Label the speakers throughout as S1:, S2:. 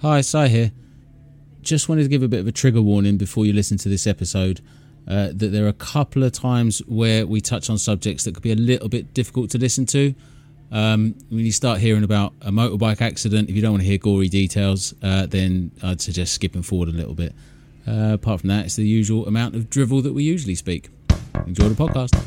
S1: Hi, Sai here. Just wanted to give a bit of a trigger warning before you listen to this episode uh, that there are a couple of times where we touch on subjects that could be a little bit difficult to listen to. Um, when you start hearing about a motorbike accident, if you don't want to hear gory details, uh, then I'd suggest skipping forward a little bit. Uh, apart from that, it's the usual amount of drivel that we usually speak. Enjoy the podcast.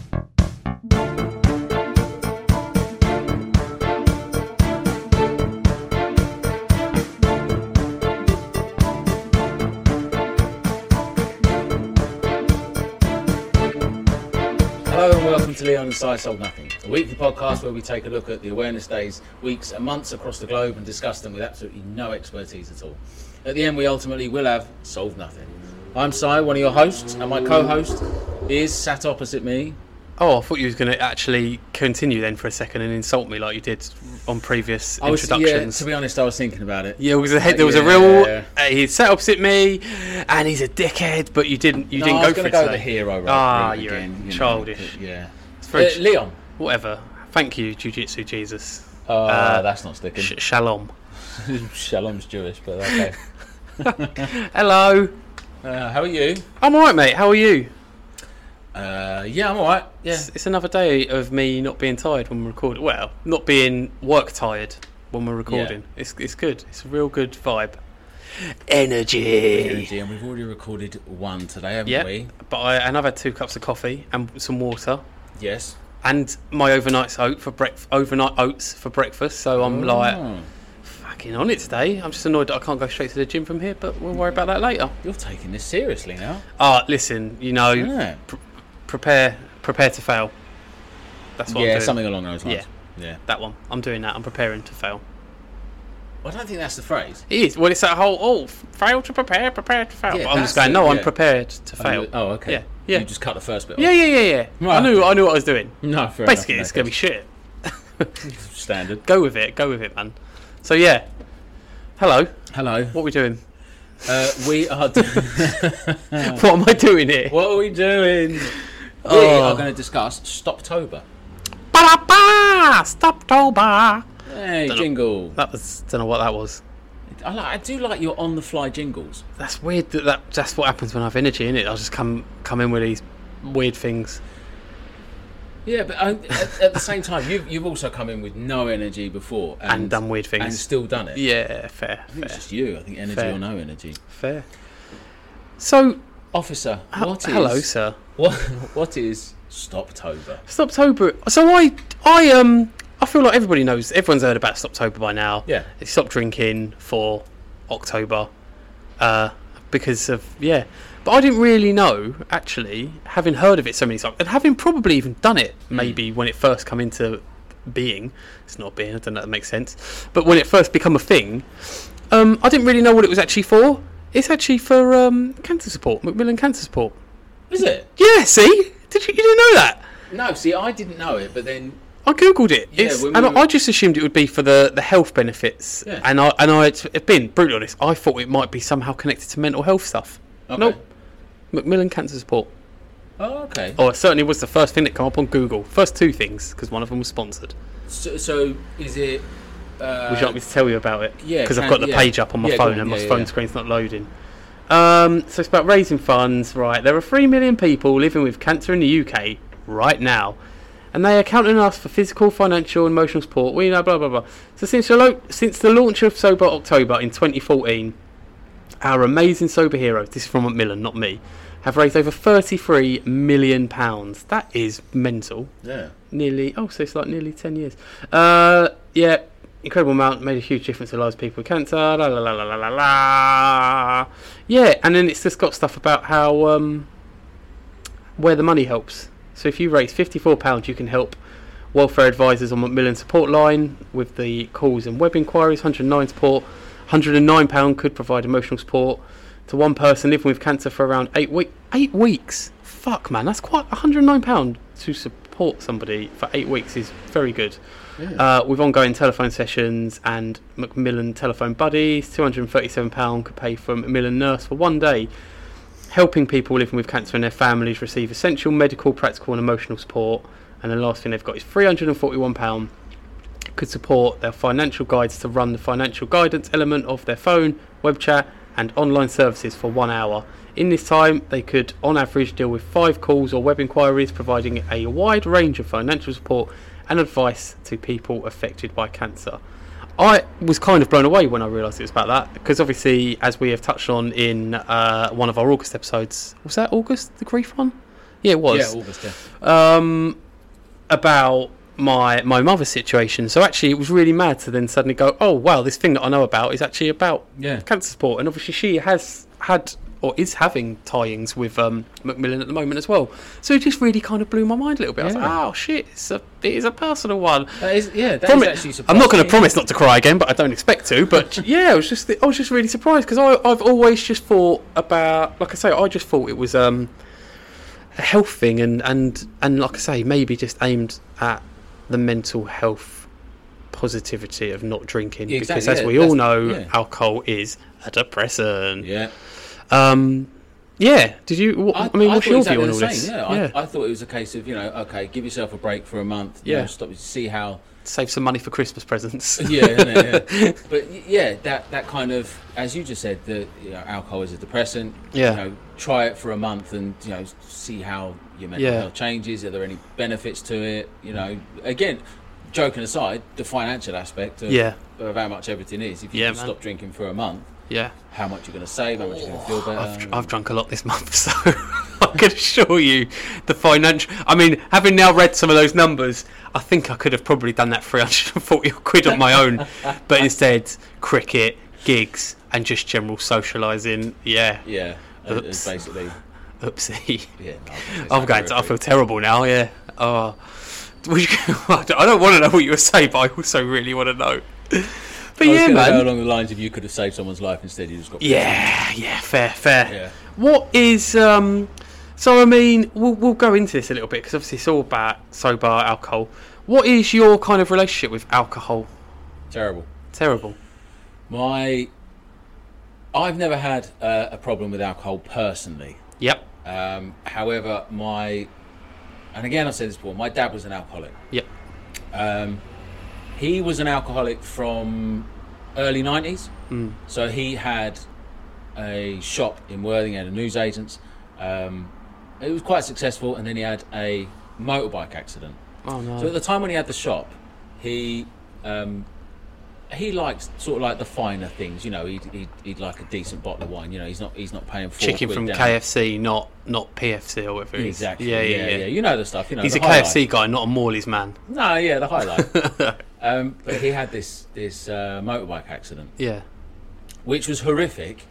S1: Hello and welcome to Leon and Sai Sold Nothing, a weekly podcast where we take a look at the awareness days, weeks, and months across the globe and discuss them with absolutely no expertise at all. At the end, we ultimately will have solved nothing. I'm Sai, one of your hosts, and my co host is sat opposite me.
S2: Oh, I thought you was going to actually continue then for a second and insult me like you did on previous
S1: I was, yeah,
S2: introductions.
S1: to be honest, I was thinking about it.
S2: Yeah, there was a, there was a
S1: Yeah.
S2: real. Uh, he sat opposite me, and he's a dickhead. But you didn't. You
S1: No,
S2: didn't
S1: I was
S2: go
S1: gonna
S2: for it
S1: go
S2: today.
S1: the hero route
S2: Ah,
S1: route
S2: you're
S1: again, you know,
S2: childish.
S1: but yeah.
S2: very
S1: Uh,
S2: ch-
S1: Leon.
S2: Whatever. Thank you, Jiu Jitsu Jesus.
S1: Oh,
S2: Uh,
S1: that's not sticking.
S2: Sh- shalom.
S1: Shalom's Jewish, but okay.
S2: Hello.
S1: uh, how are you?
S2: I'm alright, mate. How are you?
S1: Uh, yeah, I'm alright. Yeah.
S2: It's, it's another day of me not being tired when we're recording. Well, not being work tired when we're recording. It's it's good. It's a real good vibe. Energy.
S1: Energy, and we've already recorded one today, haven't
S2: Yeah,
S1: we?
S2: but I, and I've had two cups of coffee and some water
S1: Yes.
S2: and my overnight's oat for breakfast. Overnight oats for breakfast. So I'm like
S1: Oh,
S2: fucking on it today. I'm just annoyed that I can't go straight to the gym from here, but we'll worry about that later.
S1: you're taking this seriously now.
S2: Ah, listen, you know,
S1: Yeah.
S2: prepare, prepare to fail. That's what I'm
S1: Yeah,
S2: doing.
S1: something along those lines. Yeah.
S2: That one. I'm doing that. I'm preparing to fail.
S1: I don't think that's the phrase.
S2: It is. Well, it's that whole oh, f- fail to prepare, prepare to fail.
S1: Yeah,
S2: But I'm just
S1: that's
S2: going.
S1: it,
S2: No, I'm
S1: yeah.
S2: prepared to
S1: Oh,
S2: fail.
S1: you- Oh, okay.
S2: Yeah, yeah.
S1: You just cut the first bit
S2: yeah,
S1: off.
S2: yeah, yeah, yeah. I
S1: Right.
S2: knew, I knew what I was doing.
S1: No, fair
S2: Basically,
S1: enough.
S2: it's gonna be shit.
S1: be standard.
S2: Go with it. Go with it, man. So yeah. Hello.
S1: Hello.
S2: What are we doing?
S1: Uh, we are. Do-
S2: What am I doing here?
S1: what are we doing? We
S2: Oh.
S1: are going to discuss Stoptober.
S2: Ba-da-ba! Stoptober.
S1: Hey, jingle.
S2: That was. Don't know what that was.
S1: I, like, I do like your on-the-fly jingles.
S2: That's weird. That, that that's what happens when I have energy in it. I'll just come come in with these weird things.
S1: Yeah, but I, at, at the same time, you've you've also come in with no energy before and,
S2: And done weird things.
S1: and still done it.
S2: Yeah, fair,
S1: I think it's
S2: fair,
S1: just you. I think energy
S2: Fair.
S1: or no energy.
S2: fair. So,
S1: Officer, what is
S2: hello, sir.
S1: What what is Stoptober?
S2: Stoptober. So I, I um, I feel like everybody knows. Everyone's heard about Stoptober by now.
S1: Yeah.
S2: They stopped drinking for October, uh, because of yeah. But I didn't really know actually, having heard of it so many times, and having probably even done it maybe when it first come into being. It's not being. I don't know. if That makes sense. But when it first become a thing, um, I didn't really know what it was actually for. It's actually for um, cancer support, Macmillan Cancer Support.
S1: Is it?
S2: Yeah. See, did you, you didn't know that?
S1: No, see, I didn't know it, but then
S2: I googled it,
S1: Yeah,
S2: It's-
S1: when we
S2: and I-
S1: were-
S2: I just assumed it would be for the, the health benefits.
S1: Yeah.
S2: And I and I had been brutally honest. I thought it might be somehow connected to mental health stuff.
S1: okay.
S2: Nope. Macmillan Cancer Support.
S1: Oh, okay.
S2: Oh, it certainly was the first thing that came up on Google. First two things because one of them was sponsored.
S1: So, so is it? Uh,
S2: Would you like me to tell you about it?
S1: yeah,
S2: Because I've
S1: can-
S2: got the
S1: yeah.
S2: page up on my
S1: Yeah, go
S2: phone
S1: on,
S2: and
S1: yeah,
S2: my
S1: yeah,
S2: phone
S1: yeah.
S2: screen's not loading. Um, so it's about raising funds, right? There are 3 million people living with cancer in the UK right now. And they are counting on us for physical, financial, and emotional support. We know, blah, blah, blah. So since the, lo- since the launch of Sober October in 2014, our amazing sober heroes, this is from Macmillan, not me, have raised over £33 million. That is mental
S1: yeah.
S2: nearly oh so it's like nearly 10 years uh yeah incredible amount made a huge difference to lives of people with cancer la la la la la la la yeah and then it's just got stuff about how um where the money helps so if you raise 54 pounds you can help welfare advisors on macmillan support line with the calls and web inquiries 109 support 109 pound could provide emotional support to one person living with cancer for around eight week eight weeks. Fuck man, that's quite 109 pound to support somebody for eight weeks is very good. Uh, with ongoing telephone sessions and Macmillan telephone buddies, 237 pound could pay for a Macmillan nurse for one day, helping people living with cancer and their families receive essential medical, practical, and emotional support. And the last thing they've got is 341 pound could support their financial guides to run the financial guidance element of their phone, web chat, and online services for one hour. In this time, they could, on average, deal with five calls or web inquiries, providing a wide range of financial support and advice to people affected by cancer. I was kind of blown away when I realised it was about that because obviously, as we have touched on in uh, one of our August episodes, was that August the grief one? Yeah, it was.
S1: Yeah, August. Yeah.
S2: Um, about my my mother's situation. So actually, it was really mad to then suddenly go, oh wow, this thing that I know about is actually about
S1: Yeah.
S2: cancer support, and obviously she has had or is having tie-ins with um, Macmillan at the moment as well. So it just really kind of blew my mind a little bit. I was like,
S1: Yeah.
S2: oh shit, it's a, it is a personal one.
S1: That Uh, is, yeah, that
S2: Promi-
S1: is actually
S2: I'm not going
S1: surprising.
S2: to promise not to cry again, but I don't expect to. But yeah, I was just I was just really surprised because I've always just thought about, like I say, I just thought it was um, a health thing, and and and like I say, maybe just aimed at the mental health positivity of not drinking
S1: Yeah, exactly,
S2: because as
S1: yeah,
S2: we all
S1: that's-
S2: know
S1: yeah.
S2: alcohol is a depressant
S1: Yeah.
S2: um yeah did you what, I, mean what's
S1: thought
S2: your
S1: exactly
S2: view on all
S1: the
S2: this
S1: same, Yeah, I, I thought it was a case of you know, okay, give yourself a break for a month. You
S2: Yeah.
S1: know, stop. See how.
S2: save some money for christmas presents
S1: Yeah, innit, yeah. but y- yeah, that that kind of, as you just said, the you know, alcohol is a depressant.
S2: Yeah.
S1: You know, try it for a month and you know see how your mental
S2: Yeah.
S1: health changes. Are there any benefits to it? You know, again, joking aside, the financial aspect of,
S2: Yeah.
S1: of how much everything is. If you
S2: Yeah,
S1: can
S2: man.
S1: stop drinking for a month,
S2: yeah
S1: how much you're going to save? How much you're going to feel better?
S2: I've, dr- I've drunk a lot this month, so I can assure you the financial. I mean, having now read some of those numbers, I think I could have probably done that 340 quid on my own, but instead, cricket, gigs, and just general socialising. Yeah,
S1: yeah. and- and
S2: Oops.
S1: basically,
S2: oopsie.
S1: yeah. no, it's
S2: I'm going to, I
S1: horrific.
S2: feel terrible now, yeah. Oh. Would you- I don't- I don't want to know what you were saying, but I also really want to know. But
S1: I was
S2: yeah,
S1: gonna Go
S2: man.
S1: along the lines of you could have saved someone's life instead. You just got
S2: Yeah, yeah, fair, fair.
S1: Yeah.
S2: What is um? So I mean, we'll we'll go into this a little bit because obviously it's all about sober alcohol. What is your kind of relationship with alcohol?
S1: terrible.
S2: Terrible.
S1: My, I've never had uh, a problem with alcohol personally.
S2: Yep.
S1: Um, however, my, and again I've said this before, my dad was an alcoholic.
S2: Yep.
S1: Um, he was an alcoholic from early 90s. So he had a shop in Worthing, he had a newsagent's. Um, it was quite successful, and then he had a motorbike accident.
S2: Oh no.
S1: So at the time when he had the shop, he um, he likes sort of like the finer things. You know, he'd, he'd, he'd like a decent bottle of wine. You know, he's not he's not paying four
S2: Chicken
S1: quid
S2: from
S1: down.
S2: KFC, not not PFC or whatever. it is.
S1: Exactly.
S2: Yeah, yeah, yeah.
S1: You know the stuff. You know,
S2: He's
S1: the
S2: a
S1: highlight.
S2: KFC guy, not a Morley's man.
S1: No, yeah, the highlight. um, but he had this this uh, motorbike accident,
S2: Yeah.
S1: which was horrific.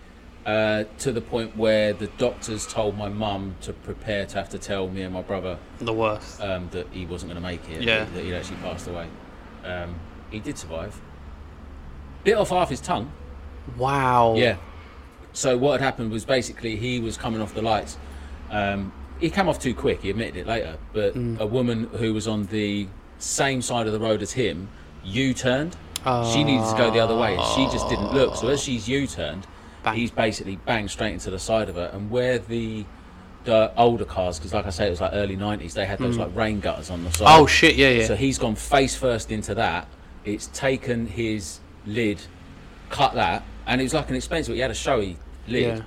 S1: Uh, to the point where the doctors told my mum to prepare to have to tell me and my brother
S2: The worst.
S1: um, that he wasn't going to make it.
S2: Yeah.
S1: That, that he'd actually passed away. Um, he did survive. Bit off half his tongue.
S2: Wow.
S1: Yeah. So what had happened was basically he was coming off the lights. Um, he came off too quick. He admitted it later. But
S2: Mm.
S1: a woman who was on the same side of the road as him U-turned. She needed to go the other way, and she just didn't look. So as she's U-turned,
S2: Bang.
S1: he's basically banged straight into the side of her. And where the the older cars, because like I say, it was like early '90s. They had those like rain gutters on the side.
S2: Mm. Oh shit. Yeah, yeah.
S1: So he's gone face first into that. It's taken his lid, cut that, and it was like an expensive. He had a showy lid.
S2: Yeah.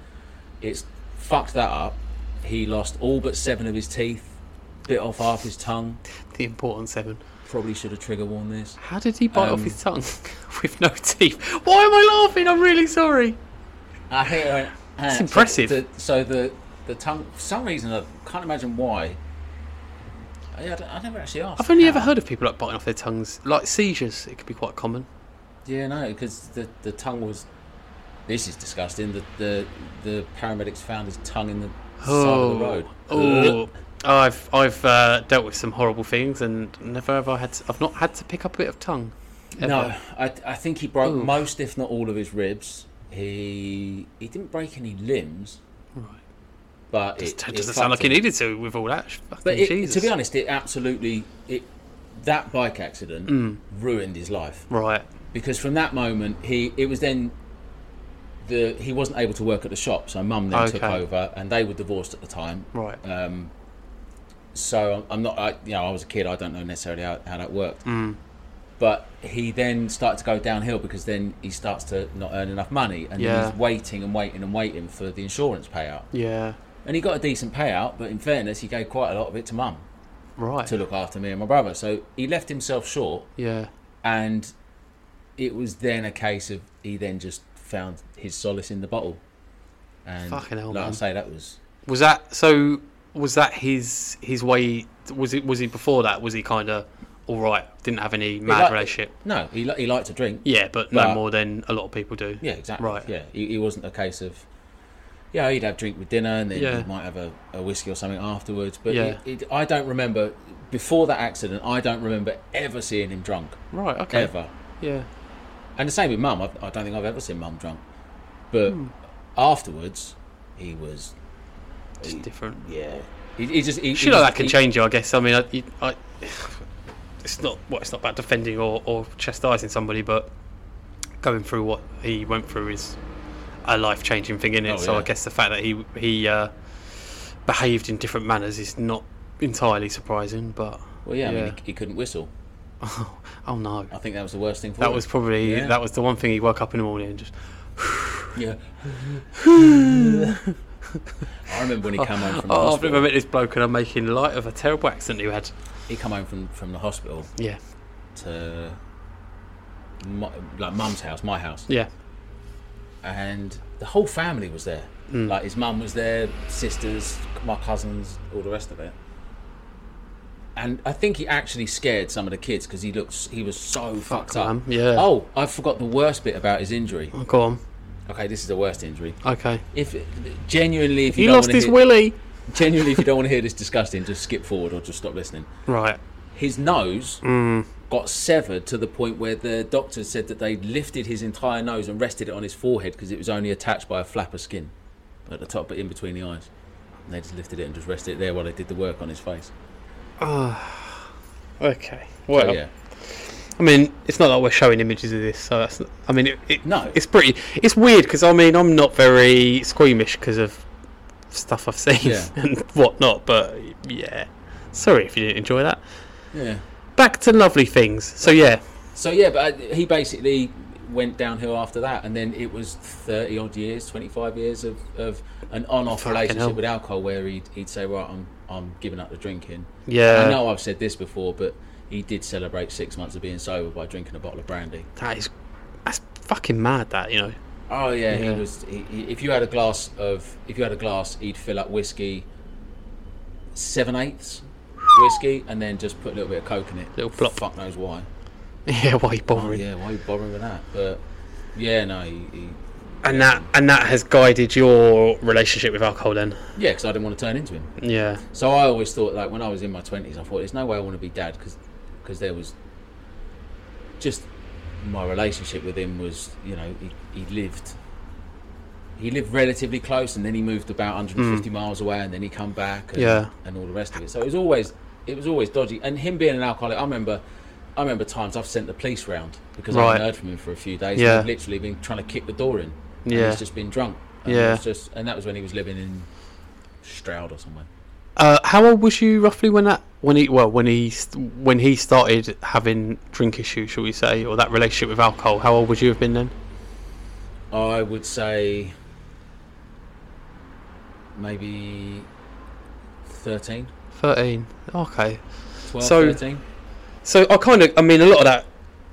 S1: It's fucked that up. He lost all but seven of his teeth, bit off half his tongue.
S2: the important seven.
S1: Probably should have trigger warned this.
S2: How did he bite off
S1: Um,
S2: his tongue with no teeth? Why am I laughing? I'm really sorry.
S1: I think it went, it's
S2: impressive.
S1: Uh, So the, so the the tongue, for some reason, I can't imagine why. I, I, don't- I never actually asked.
S2: I've only
S1: how.
S2: ever heard of people like biting off their tongues, like seizures. It could be quite common.
S1: Yeah, no, because the, the tongue was. This is disgusting. The, the the paramedics found his tongue in the side of the road.
S2: Oh, I've I've uh, dealt with some horrible things, and never have I had. To, I've not had to pick up a bit of tongue. Ever.
S1: No, I, I think he broke
S2: Ooh.
S1: most, if not all, of his ribs. He he didn't break any limbs,
S2: Right.
S1: but
S2: It
S1: it, it
S2: doesn't
S1: fucked
S2: sound like he
S1: him.
S2: needed to with all that. sh- Fucking
S1: But it,
S2: Jesus.
S1: to be honest, it absolutely it that bike accident
S2: Mm.
S1: ruined his life.
S2: right?
S1: because from that moment he it was then the he wasn't able to work at the shop so mum then took
S2: Okay.
S1: over and they were divorced at the time
S2: Right.
S1: um
S2: Mm.
S1: so I'm- i'm not I, you know i was a kid i don't know necessarily how, how that worked But he then started to go downhill because then he starts to not earn enough money, and
S2: Yeah.
S1: then he's waiting and waiting and waiting for the insurance payout.
S2: Yeah.
S1: And he got a decent payout, but in fairness, he gave quite a lot of it to mum
S2: Right.
S1: to look after me and my brother. So he left himself short,
S2: Yeah.
S1: and it was then a case of he then just found his solace in the bottle. And
S2: Fucking hell,
S1: like I
S2: man.
S1: say, that was
S2: Was that so? Was that his his way? Was it? Was he before that? Was he kind of all right? Didn't have any mad
S1: like-
S2: relationship.
S1: no. He li- he liked to drink.
S2: Yeah, but no
S1: But-
S2: more than a lot of people do.
S1: Yeah, exactly.
S2: Right.
S1: Yeah, he, he wasn't a case of yeah, he'd have drink with dinner and then
S2: Yeah.
S1: he might have a, a whiskey or something afterwards. But
S2: Yeah.
S1: it, it, I don't remember before that accident. I don't remember ever seeing him drunk
S2: Right. Okay.
S1: ever.
S2: Yeah.
S1: And the same with mum. I've- I don't think I've ever seen mum drunk. But
S2: Hmm.
S1: afterwards, he was
S2: Just different.
S1: yeah. He, he just he, he
S2: Shit like
S1: just-
S2: that can
S1: he-
S2: change you, I guess. I mean, I, you- I, it's not well, it's not about defending or, or chastising somebody, but going through what he went through is a life changing thing in it.
S1: Oh,
S2: so
S1: yeah.
S2: I guess the fact that he he uh, behaved in different manners is not entirely surprising. But
S1: Well, yeah, I
S2: Yeah.
S1: mean, he, he couldn't whistle.
S2: oh no,
S1: I think that was the worst thing for
S2: that
S1: him.
S2: was probably
S1: Yeah.
S2: that was the one thing he woke up in the morning and just
S1: yeah. I remember when he came home from the
S2: oh, I've
S1: hospital.
S2: never met this bloke and I'm making light of a terrible accident you had.
S1: He come home from, from the hospital
S2: Yeah,
S1: to my, like mum's house, my house,
S2: yeah,
S1: and the whole family was there.
S2: Mm.
S1: Like his mum was there, sisters, my cousins, all the rest of it. And I think he actually scared some of the kids because he looks he was so fucked up.
S2: man, yeah.
S1: Oh, I forgot the worst bit about his injury.
S2: go on.
S1: Okay, this is the worst injury.
S2: Okay,
S1: If genuinely, if you
S2: he
S1: don't
S2: lost
S1: wanna
S2: his
S1: hear,
S2: willy.
S1: genuinely, if you don't want to hear this disgusting, just skip forward or just stop listening
S2: Right.
S1: his nose got severed to the point where the doctors said that they lifted his entire nose and rested it on his forehead because it was only attached by a flap of skin at the top, but in between the eyes. And they just lifted it and just rested it there while they did the work on his face.
S2: Okay.
S1: So,
S2: Well,
S1: yeah,
S2: I mean, it's not like we're showing images of this, so that's. I mean, it, it,
S1: No.
S2: it's pretty. It's weird because I mean, I'm not very squeamish because of stuff I've seen
S1: Yeah.
S2: and whatnot. But yeah, sorry if you didn't enjoy that.
S1: yeah.
S2: Back to lovely things. So yeah,
S1: So yeah, but uh, he basically went downhill after that, and then it was thirty odd years, twenty five years of, of an on off
S2: Fucking
S1: relationship
S2: hell.
S1: with alcohol, where he'd, he'd say, "Right, I'm I'm giving up the drinking."
S2: Yeah.
S1: I know I've said this before, but he did celebrate six months of being sober by drinking a bottle of brandy.
S2: that is that's fucking mad. That you know.
S1: Oh yeah,
S2: Yeah.
S1: he was. He, he, if you had a glass of, if you had a glass, he'd fill up whiskey, seven eighths whiskey, and then just put a little bit of coke in it.
S2: Little plop.
S1: Fuck knows why.
S2: Yeah, why are you
S1: Oh,
S2: bothering?
S1: yeah, why are you bothering with that? But yeah, no, he, he,
S2: And that and that has guided your relationship with alcohol then.
S1: yeah, because I didn't want to turn into him.
S2: Yeah.
S1: So I always thought, like when I was in my twenties, I thought there's no way I want to be dad because there was just my relationship with him was you know he, he lived he lived relatively close and then he moved about 150 miles away and then he come back and,
S2: Mm. Yeah.
S1: and all the rest of it. So it was always it was always dodgy and him being an alcoholic. I remember. I remember times I've sent the police round because I
S2: Right.
S1: hadn't heard from him for a few days.
S2: Yeah.
S1: And I've literally been trying to kick the door in. And
S2: Yeah.
S1: He's just been drunk. And
S2: Yeah.
S1: it's Just, and that was when he was living in Stroud or somewhere.
S2: Uh, how old was you roughly when that when he well when he st- when he started having drink issues, shall we say, or that relationship with alcohol? How old would you have been then?
S1: I would say maybe 13,
S2: Thirteen. Okay.
S1: 12,
S2: So-
S1: 13.
S2: So I kind of I mean a lot of that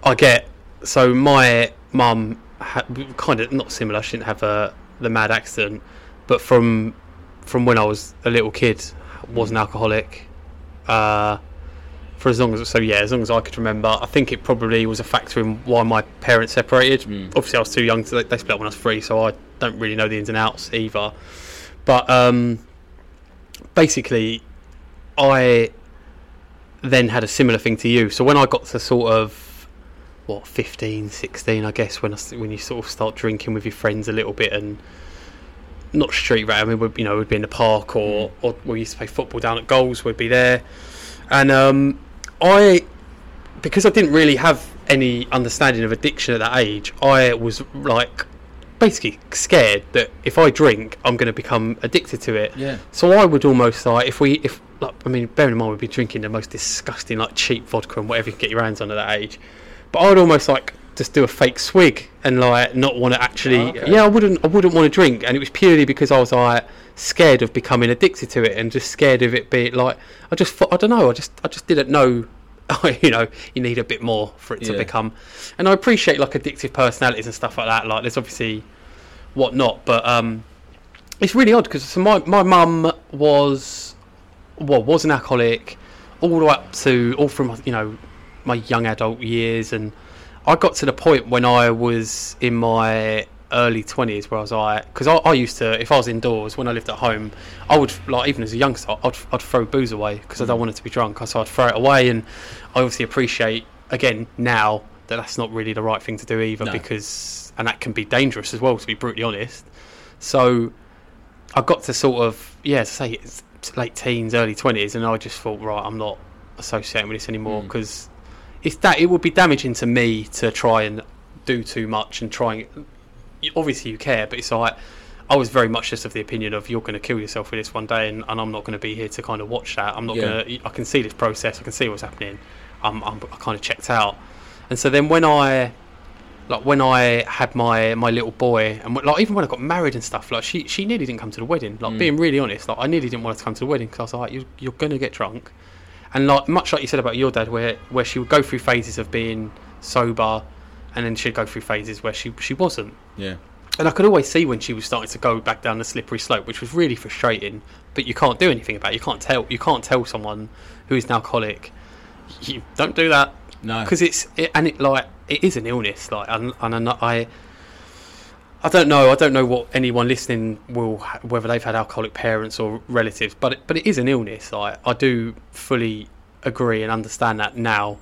S2: I get. So my mum ha- kind of not similar. She didn't have a the mad accident, but from from when I was a little kid, was an alcoholic. Uh, for as long as so yeah, as long as I could remember, I think it probably was a factor in why my parents separated. Obviously, I was too young to they split up when I was three, so I don't really know the ins and outs either. But um, basically, I then had a similar thing to you. So when I got to sort of what 15, 16, I guess when I s when you sort of start drinking with your friends a little bit and not street rat. I mean, we'd, you know, we'd be in the park
S1: Mm.
S2: or, or we used to play football down at goals. We'd be there, and um, I because I didn't really have any understanding of addiction at that age. I was like basically scared that if I drink, I'm going to become addicted to it.
S1: Yeah.
S2: So I would almost like if we if like I mean bearing in mind we'd be drinking the most disgusting like cheap vodka and whatever you can get your hands on at that age. But I'd almost like just do a fake swig and like not want to actually.
S1: Oh, okay.
S2: Yeah, I wouldn't. I wouldn't want to drink, and it was purely because I was like scared of becoming addicted to it and just scared of it being like I just thought I don't know. I just I just didn't know. you know, you need a bit more for it to
S1: Yeah.
S2: become. And I appreciate like addictive personalities and stuff like that. Like there's obviously whatnot, but um, it's really odd because my my mum was well was an alcoholic all the way up to all from you know my young adult years, and I got to the point when I was in my early twenties where I was like, because I, I used to if I was indoors when I lived at home, I would like even as a youngster I'd I'd throw booze away because I don't want it to be drunk, so I'd throw it away, and I obviously appreciate again now that that's not really the right thing to do either
S1: No.
S2: because and that can be dangerous as well to be brutally honest. So I got to sort of yeah, as I say it's late teens, early twenties, and I just thought, right, I'm not associating with this anymore
S1: Mm.
S2: because it's that it would be damaging to me to try and do too much and trying. Obviously, you care, but it's like I was very much just of the opinion of you're going to kill yourself with this one day, and, and I'm not going to be here to kind of watch that. I'm not
S1: Yeah.
S2: going to. I can see this process. I can see what's happening. I'm, I'm I kind of checked out, and so then when I like when I had my my little boy, and when- like even when I got married and stuff, like she she nearly didn't come to the wedding. Like
S1: Mm.
S2: being really honest, like I nearly didn't want her to come to the wedding because I was like, you, you're gonna get drunk, and like much like you said about your dad, where where she would go through phases of being sober, and then she'd go through phases where she she wasn't.
S1: Yeah.
S2: And I could always see when she was starting to go back down the slippery slope, which was really frustrating. But you can't do anything about it. You can't tell you can't tell someone who is an alcoholic, you don't do that
S1: No.
S2: because it's it, and it like it is an illness like and, and I'm not- i i don't know i don't know what anyone listening will ha- whether they've had alcoholic parents or relatives but it, but it is an illness like i do fully agree and understand that now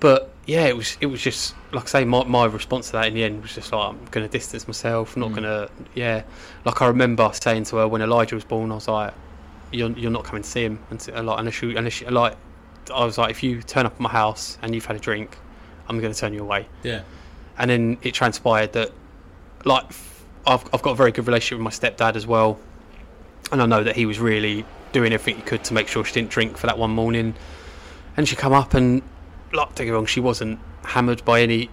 S2: but yeah it was it was just like i say my, my response to that in the end was just like i'm gonna distance myself I'm not
S1: Mm.
S2: gonna yeah like i remember saying to her when elijah was born i was like you're, you're not coming to see him until, like unless you unless you, like I was like, if you turn up at my house and you've had a drink, I'm going to turn you away.
S1: yeah.
S2: And then it transpired that, like, f- I've, I've got a very good relationship with my stepdad as well. And I know that he was really doing everything he could to make sure she didn't drink for that one morning. And she come up and, like, don't get me wrong, she wasn't hammered by any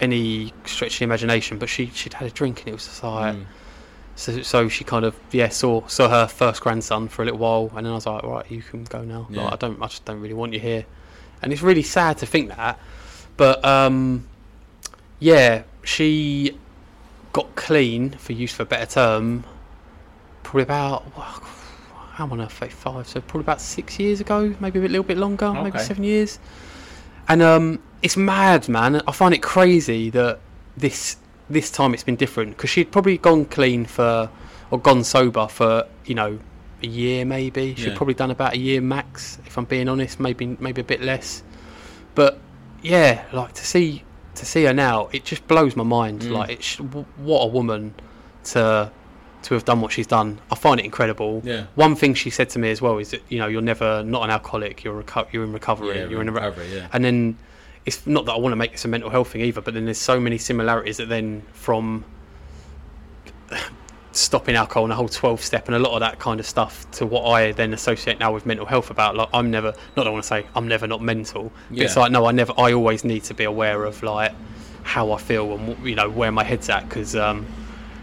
S2: any stretch of the imagination, but she, she'd had a drink and it was just like,
S1: Mm.
S2: so, so she kind of yeah saw saw her first grandson for a little while, and then I was like, right, you can go now.
S1: Yeah.
S2: Like, I don't, I just don't really want you here, and it's really sad to think that. But um, yeah, she got clean, for use for a better term, probably about wow, I'm on her five, so probably about six years ago, maybe a bit- little bit longer, maybe
S1: Okay.
S2: seven years. And um, it's mad, man. I find it crazy that this this time it's been different because she'd probably gone clean for or gone sober for you know a year maybe. She'd
S1: Yeah.
S2: probably done about a year max, if I'm being honest. Maybe maybe a bit less. But yeah, like to see to see her now, it just blows my mind.
S1: Mm.
S2: Like it's what a woman to to have done what she's done. I find it incredible.
S1: Yeah.
S2: One thing she said to me as well is that you know you're never not an alcoholic. You're reco- you're in recovery.
S1: Yeah,
S2: you're in a re-
S1: recovery, yeah.
S2: and then it's not that I want to make this a mental health thing either, but then there's so many similarities that then from stopping alcohol and a whole 12 step and a lot of that kind of stuff to what I then associate now with mental health about like I'm never not that I want to say I'm never not mental but it's
S1: Yeah.
S2: like no I never I always need to be aware of like how I feel and wh- you know where my head's at because um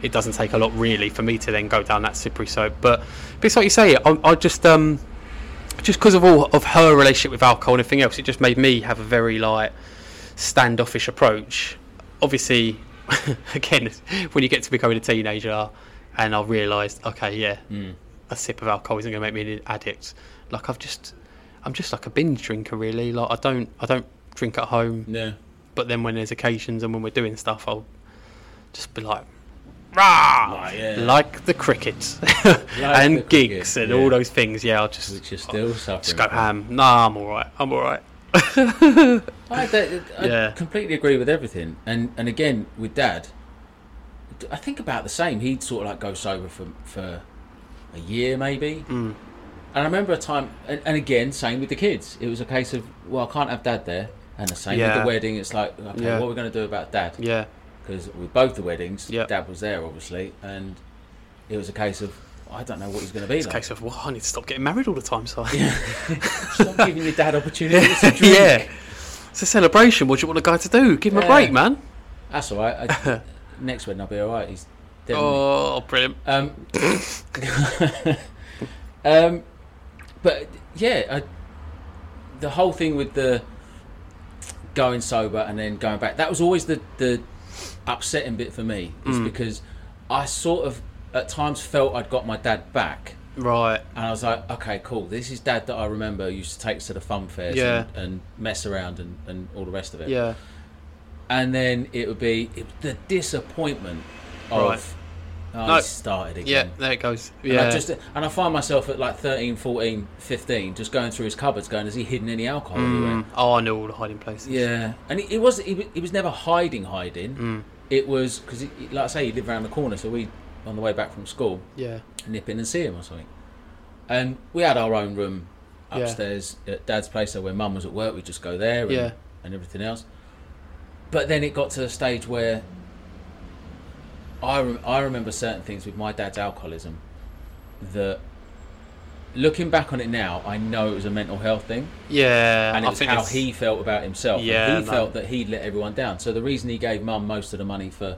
S2: it doesn't take a lot really for me to then go down that slippery slope but, but it's like you say I, I just um just because of all of her relationship with alcohol and everything else, it just made me have a very like standoffish approach. Obviously, again, when you get to becoming a teenager, and I realised, okay, yeah,
S1: Mm.
S2: a sip of alcohol isn't going to make me an addict. Like I've just, I'm just like a binge drinker really. Like I don't, I don't drink at home,
S1: Yeah.
S2: but then when there's occasions and when we're doing stuff, I'll just be like, rah,
S1: Like, yeah.
S2: like the cricket and
S1: the cricket,
S2: gigs and
S1: yeah.
S2: all those things. Yeah, I'll just
S1: Which is still suffering.
S2: just go
S1: from.
S2: ham. Nah, I'm all right. I'm all right.
S1: I, d- I
S2: Yeah.
S1: completely agree with everything. And and again with Dad, d- I think about the same. He'd sort of like go sober for for a year maybe.
S2: Mm.
S1: And I remember a time, and, and again, same with the kids. It was a case of well, I can't have Dad there. And the same with
S2: Yeah.
S1: the wedding. It's like okay,
S2: Yeah.
S1: what are we going to do about Dad?
S2: Yeah,
S1: Because with both the weddings,
S2: Yep.
S1: Dad was there obviously, and it was a case of I don't know what he's going to be
S2: it's a
S1: like.
S2: case of well, I need to stop getting married all the time. So
S1: Stop giving your dad opportunities to drink.
S2: yeah, It's a celebration. What do you want a guy to do? Give him a
S1: Yeah.
S2: break, man.
S1: That's all right. I, next wedding, I'll be all right. He's dead. isn't he?
S2: Oh, brilliant.
S1: Um, um, but yeah, I, the whole thing with the going sober and then going back, that was always the, the upsetting bit for me, is
S2: Mm.
S1: because I sort of at times felt I'd got my dad back.
S2: Right.
S1: And I was like, okay, cool. This is dad that I remember used to take us to the fun fairs
S2: Yeah.
S1: and, and mess around and, and all the rest of it
S2: Yeah.
S1: and then it would be it, the disappointment of
S2: Right.
S1: oh,
S2: No.
S1: I started
S2: Yeah.
S1: again.
S2: There it goes.
S1: And
S2: Yeah.
S1: I just and I find myself at like 13, 14, 15, just going through his cupboards, going, "Has he hidden any alcohol anywhere?"
S2: Oh, I know all the hiding places.
S1: Yeah, and it, it was he, wa- he was never hiding, hiding.
S2: Mm.
S1: It was because, like I say, he lived around the corner, so we on the way back from school
S2: Yeah.
S1: nip in and see him or something. And we had our own room
S2: Yeah.
S1: upstairs at Dad's place, so when Mum was at work, we'd just go there and,
S2: Yeah.
S1: and everything else. But then it got to a stage where I, rem- I remember certain things with my dad's alcoholism that, looking back on it now, I know it was a mental health thing
S2: Yeah.
S1: and it
S2: I
S1: was
S2: think
S1: how
S2: that's-
S1: he felt about himself. And
S2: Yeah,
S1: he
S2: no.
S1: felt that he'd let everyone down. So the reason he gave Mum most of the money for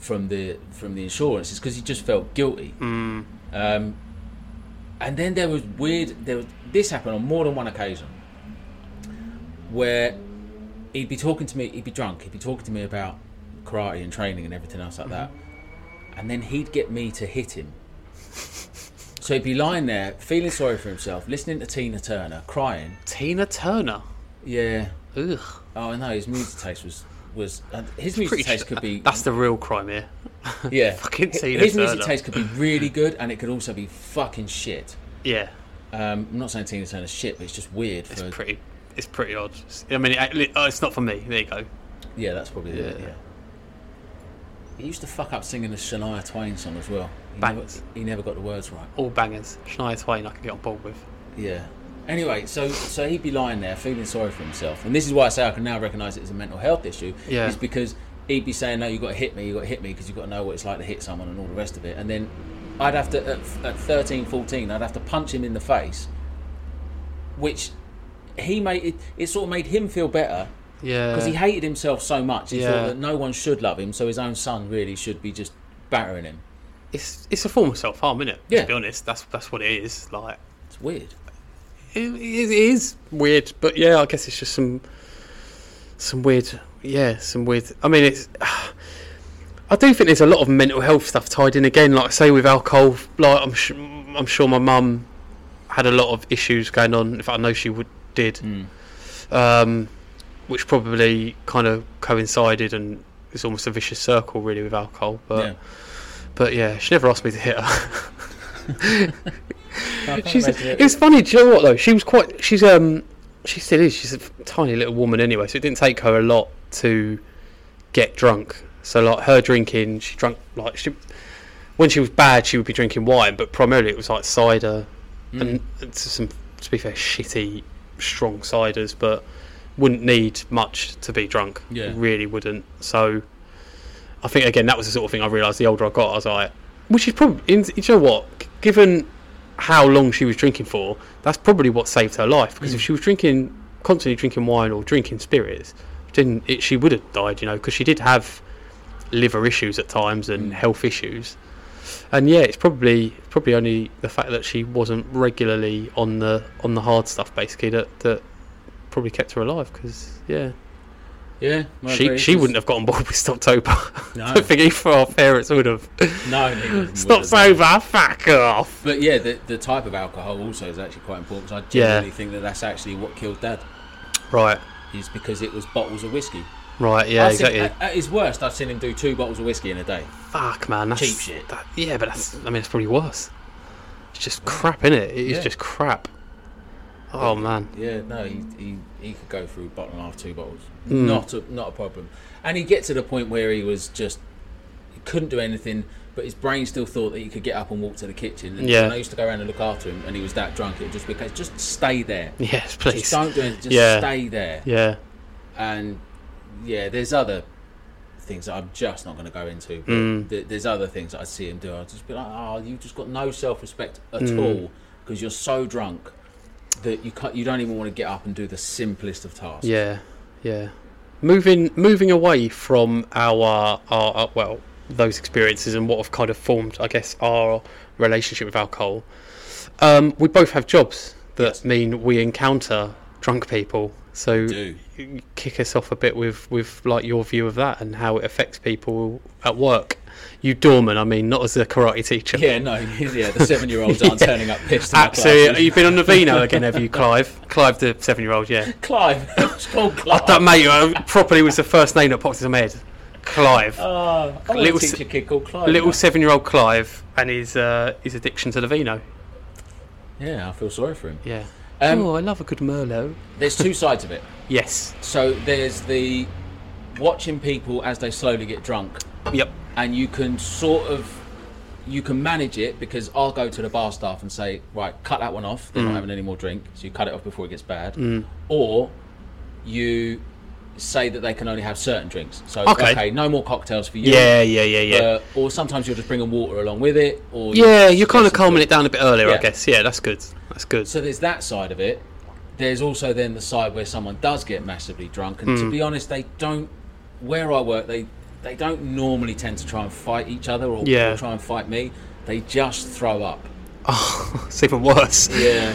S1: from the from the insurance is because he just felt guilty.
S2: Mm.
S1: Um, and then there was weird. There was this happened on more than one occasion where he'd be talking to me. He'd be drunk. He'd be talking to me about karate and training and everything else
S2: Mm-hmm.
S1: like that. And then he'd get me to hit him. So he'd be lying there, feeling sorry for himself, listening to Tina Turner, crying.
S2: Tina Turner.
S1: Yeah,
S2: Ugh.
S1: Oh no, his music taste was was uh, his music
S2: Pretty
S1: taste
S2: sure-
S1: could be
S2: That's the real crime here.
S1: yeah.
S2: fucking
S1: Hi-
S2: Tina
S1: his music
S2: Turner.
S1: taste could be really good, and it could also be fucking shit.
S2: Yeah.
S1: Um, I'm not saying Tina Turner's shit, but it's just weird. For,
S2: It's pretty. It's pretty odd. I mean, it, oh, it's not for me. There you go.
S1: yeah, that's probably yeah. it.
S2: Yeah.
S1: Yeah. He used to fuck up singing the Shania Twain song as well. He never,
S2: Bangs.
S1: he never got the words right.
S2: All bangers. Shania Twain, I can get on board with.
S1: Yeah. Anyway, so so he'd be lying there feeling sorry for himself, and this is why I say I can now recognise it as a mental health issue.
S2: Yeah.
S1: Is because he'd be saying, "No, you got to hit me. You got to hit me because you've got to know what it's like to hit someone and all the rest of it." And then I'd have to at, at 13, 14, I'd have to punch him in the face, which he made it, it sort of made him feel better
S2: Yeah.
S1: because he hated himself so much. He
S2: Yeah.
S1: thought that no one should love him, so his own son really should be just battering him.
S2: it's it's a form of self harm, isn't it?
S1: Yeah.
S2: To be honest, that's that's what it is. Like
S1: It's weird.
S2: it, it is- it is weird, but yeah, I guess it's just some some weird. Yeah, some weird. I mean, it's. I do think there's a lot of mental health stuff tied in again. Like I say with alcohol, like I'm su I'm sure my mum had a lot of issues going on. In fact, I know she would did, um, which probably kind of coincided and. It's almost a vicious circle, really, with alcohol. But
S1: yeah.
S2: but yeah, she never asked me to hit her.
S1: I can't
S2: She's,
S1: imagine it.
S2: it was funny. Do you know what though? She was quite. She's um. She still is. She's a tiny little woman anyway, so it didn't take her a lot to get drunk. So like her drinking, she drank like she when she was bad, she would be drinking wine, but primarily it was like cider and and to some to be fair, shitty strong ciders, but wouldn't need much to be drunk.
S1: Yeah.
S2: really wouldn't. So I think again that was the sort of thing I realised the older I got, I was like, which is probably in, you know what, G- given how long she was drinking for, that's probably what saved her life. Because if she was drinking constantly drinking wine or drinking spirits, then it, she would have died, you know, because she did have liver issues at times and health issues. And yeah, it's probably probably only the fact that she wasn't regularly on the on the hard stuff basically that that probably kept her alive because yeah
S1: Yeah, well,
S2: she
S1: very-
S2: she wouldn't have gotten bored with Stoptober. I
S1: No,
S2: don't think either of our parents would have.
S1: no, he wouldn't, wouldn't.
S2: Stoptober, fuck off.
S1: But yeah, the, the type of alcohol also is actually quite important. 'cause I genuinely
S2: Yeah.
S1: think that that's actually what killed Dad,
S2: Right,
S1: is because it was bottles of whiskey.
S2: right, yeah,
S1: I've seen-
S2: exactly.
S1: at, at his worst, I've seen him do two bottles of whiskey in a day.
S2: Fuck, man, that's
S1: Cheap shit.
S2: that- yeah, but that's. I mean, it's probably worse. It's just crap, innit? It is
S1: Yeah.
S2: just crap. Oh man,
S1: Yeah, no, he, he, he could go through bottle and a half, two bottles,
S2: Hmm.
S1: not a, not a problem. And he get to the point where he was just he couldn't do anything, but his brain still thought that he could get up and walk to the kitchen. And
S2: Yeah.
S1: when I used to go around and look after him, and he was that drunk, it would just because just stay there,
S2: yes,
S1: just
S2: please.
S1: don't do anything, just
S2: Yeah.
S1: stay there.
S2: Yeah,
S1: and yeah, there's other things that I'm just not going to go into. But
S2: Mm.
S1: th- there's other things that I see him do. I'll just be like, oh, you've just got no self respect at
S2: Mm.
S1: all because you're so drunk that you can't, you don't even want to get up and do the simplest of tasks.
S2: yeah, Yeah. Moving moving away from our, our our- well those experiences and what have kind of formed I guess our relationship with alcohol. Um, we both have jobs that mean we encounter drunk people. So
S1: Do.
S2: kick us off a bit with with like your view of that and how it affects people at work. You doorman, I mean, not as a karate teacher.
S1: Yeah, no, yeah, the seven year olds aren't turning up pissed. in our
S2: Absolutely.
S1: classes.
S2: You've been on the vino again, have you, Clive? Clive, the seven-year-old. Yeah.
S1: Clive. It's called Clive.
S2: That mate uh, properly was the first name that popped into my head. Clive,
S1: Oh, I
S2: Little
S1: little teach
S2: si-
S1: a kid called Clive.
S2: little
S1: now.
S2: seven-year-old Clive, and his uh, his addiction to the vino.
S1: yeah, I feel sorry for him.
S2: Yeah.
S1: Um,
S2: I love a good Merlot.
S1: There's two sides of it.
S2: Yes.
S1: So there's the watching people as they slowly get drunk,
S2: Yep.
S1: and you can sort of you can manage it because I'll go to the bar staff and say, right, cut that one off. They're not having any more drink, so you cut it off before it gets bad. Or you say that they can only have certain drinks. So
S2: Okay.
S1: okay, no more cocktails for you.
S2: Yeah. Yeah. Yeah. Yeah.
S1: Uh, or sometimes you'll just bring bringing water along with it. Or you
S2: yeah. You're
S1: suggest
S2: kind of
S1: some
S2: calming
S1: food.
S2: it down a bit earlier, I
S1: Yeah.
S2: guess. Yeah. That's good. That's good.
S1: So there's that side of it. There's also then the side where someone does get massively drunk, and to be honest, they don't. Where I work, they they don't normally tend to try and fight each other or,
S2: Yeah.
S1: or try and fight me. They just throw up.
S2: It's even worse.
S1: Yeah.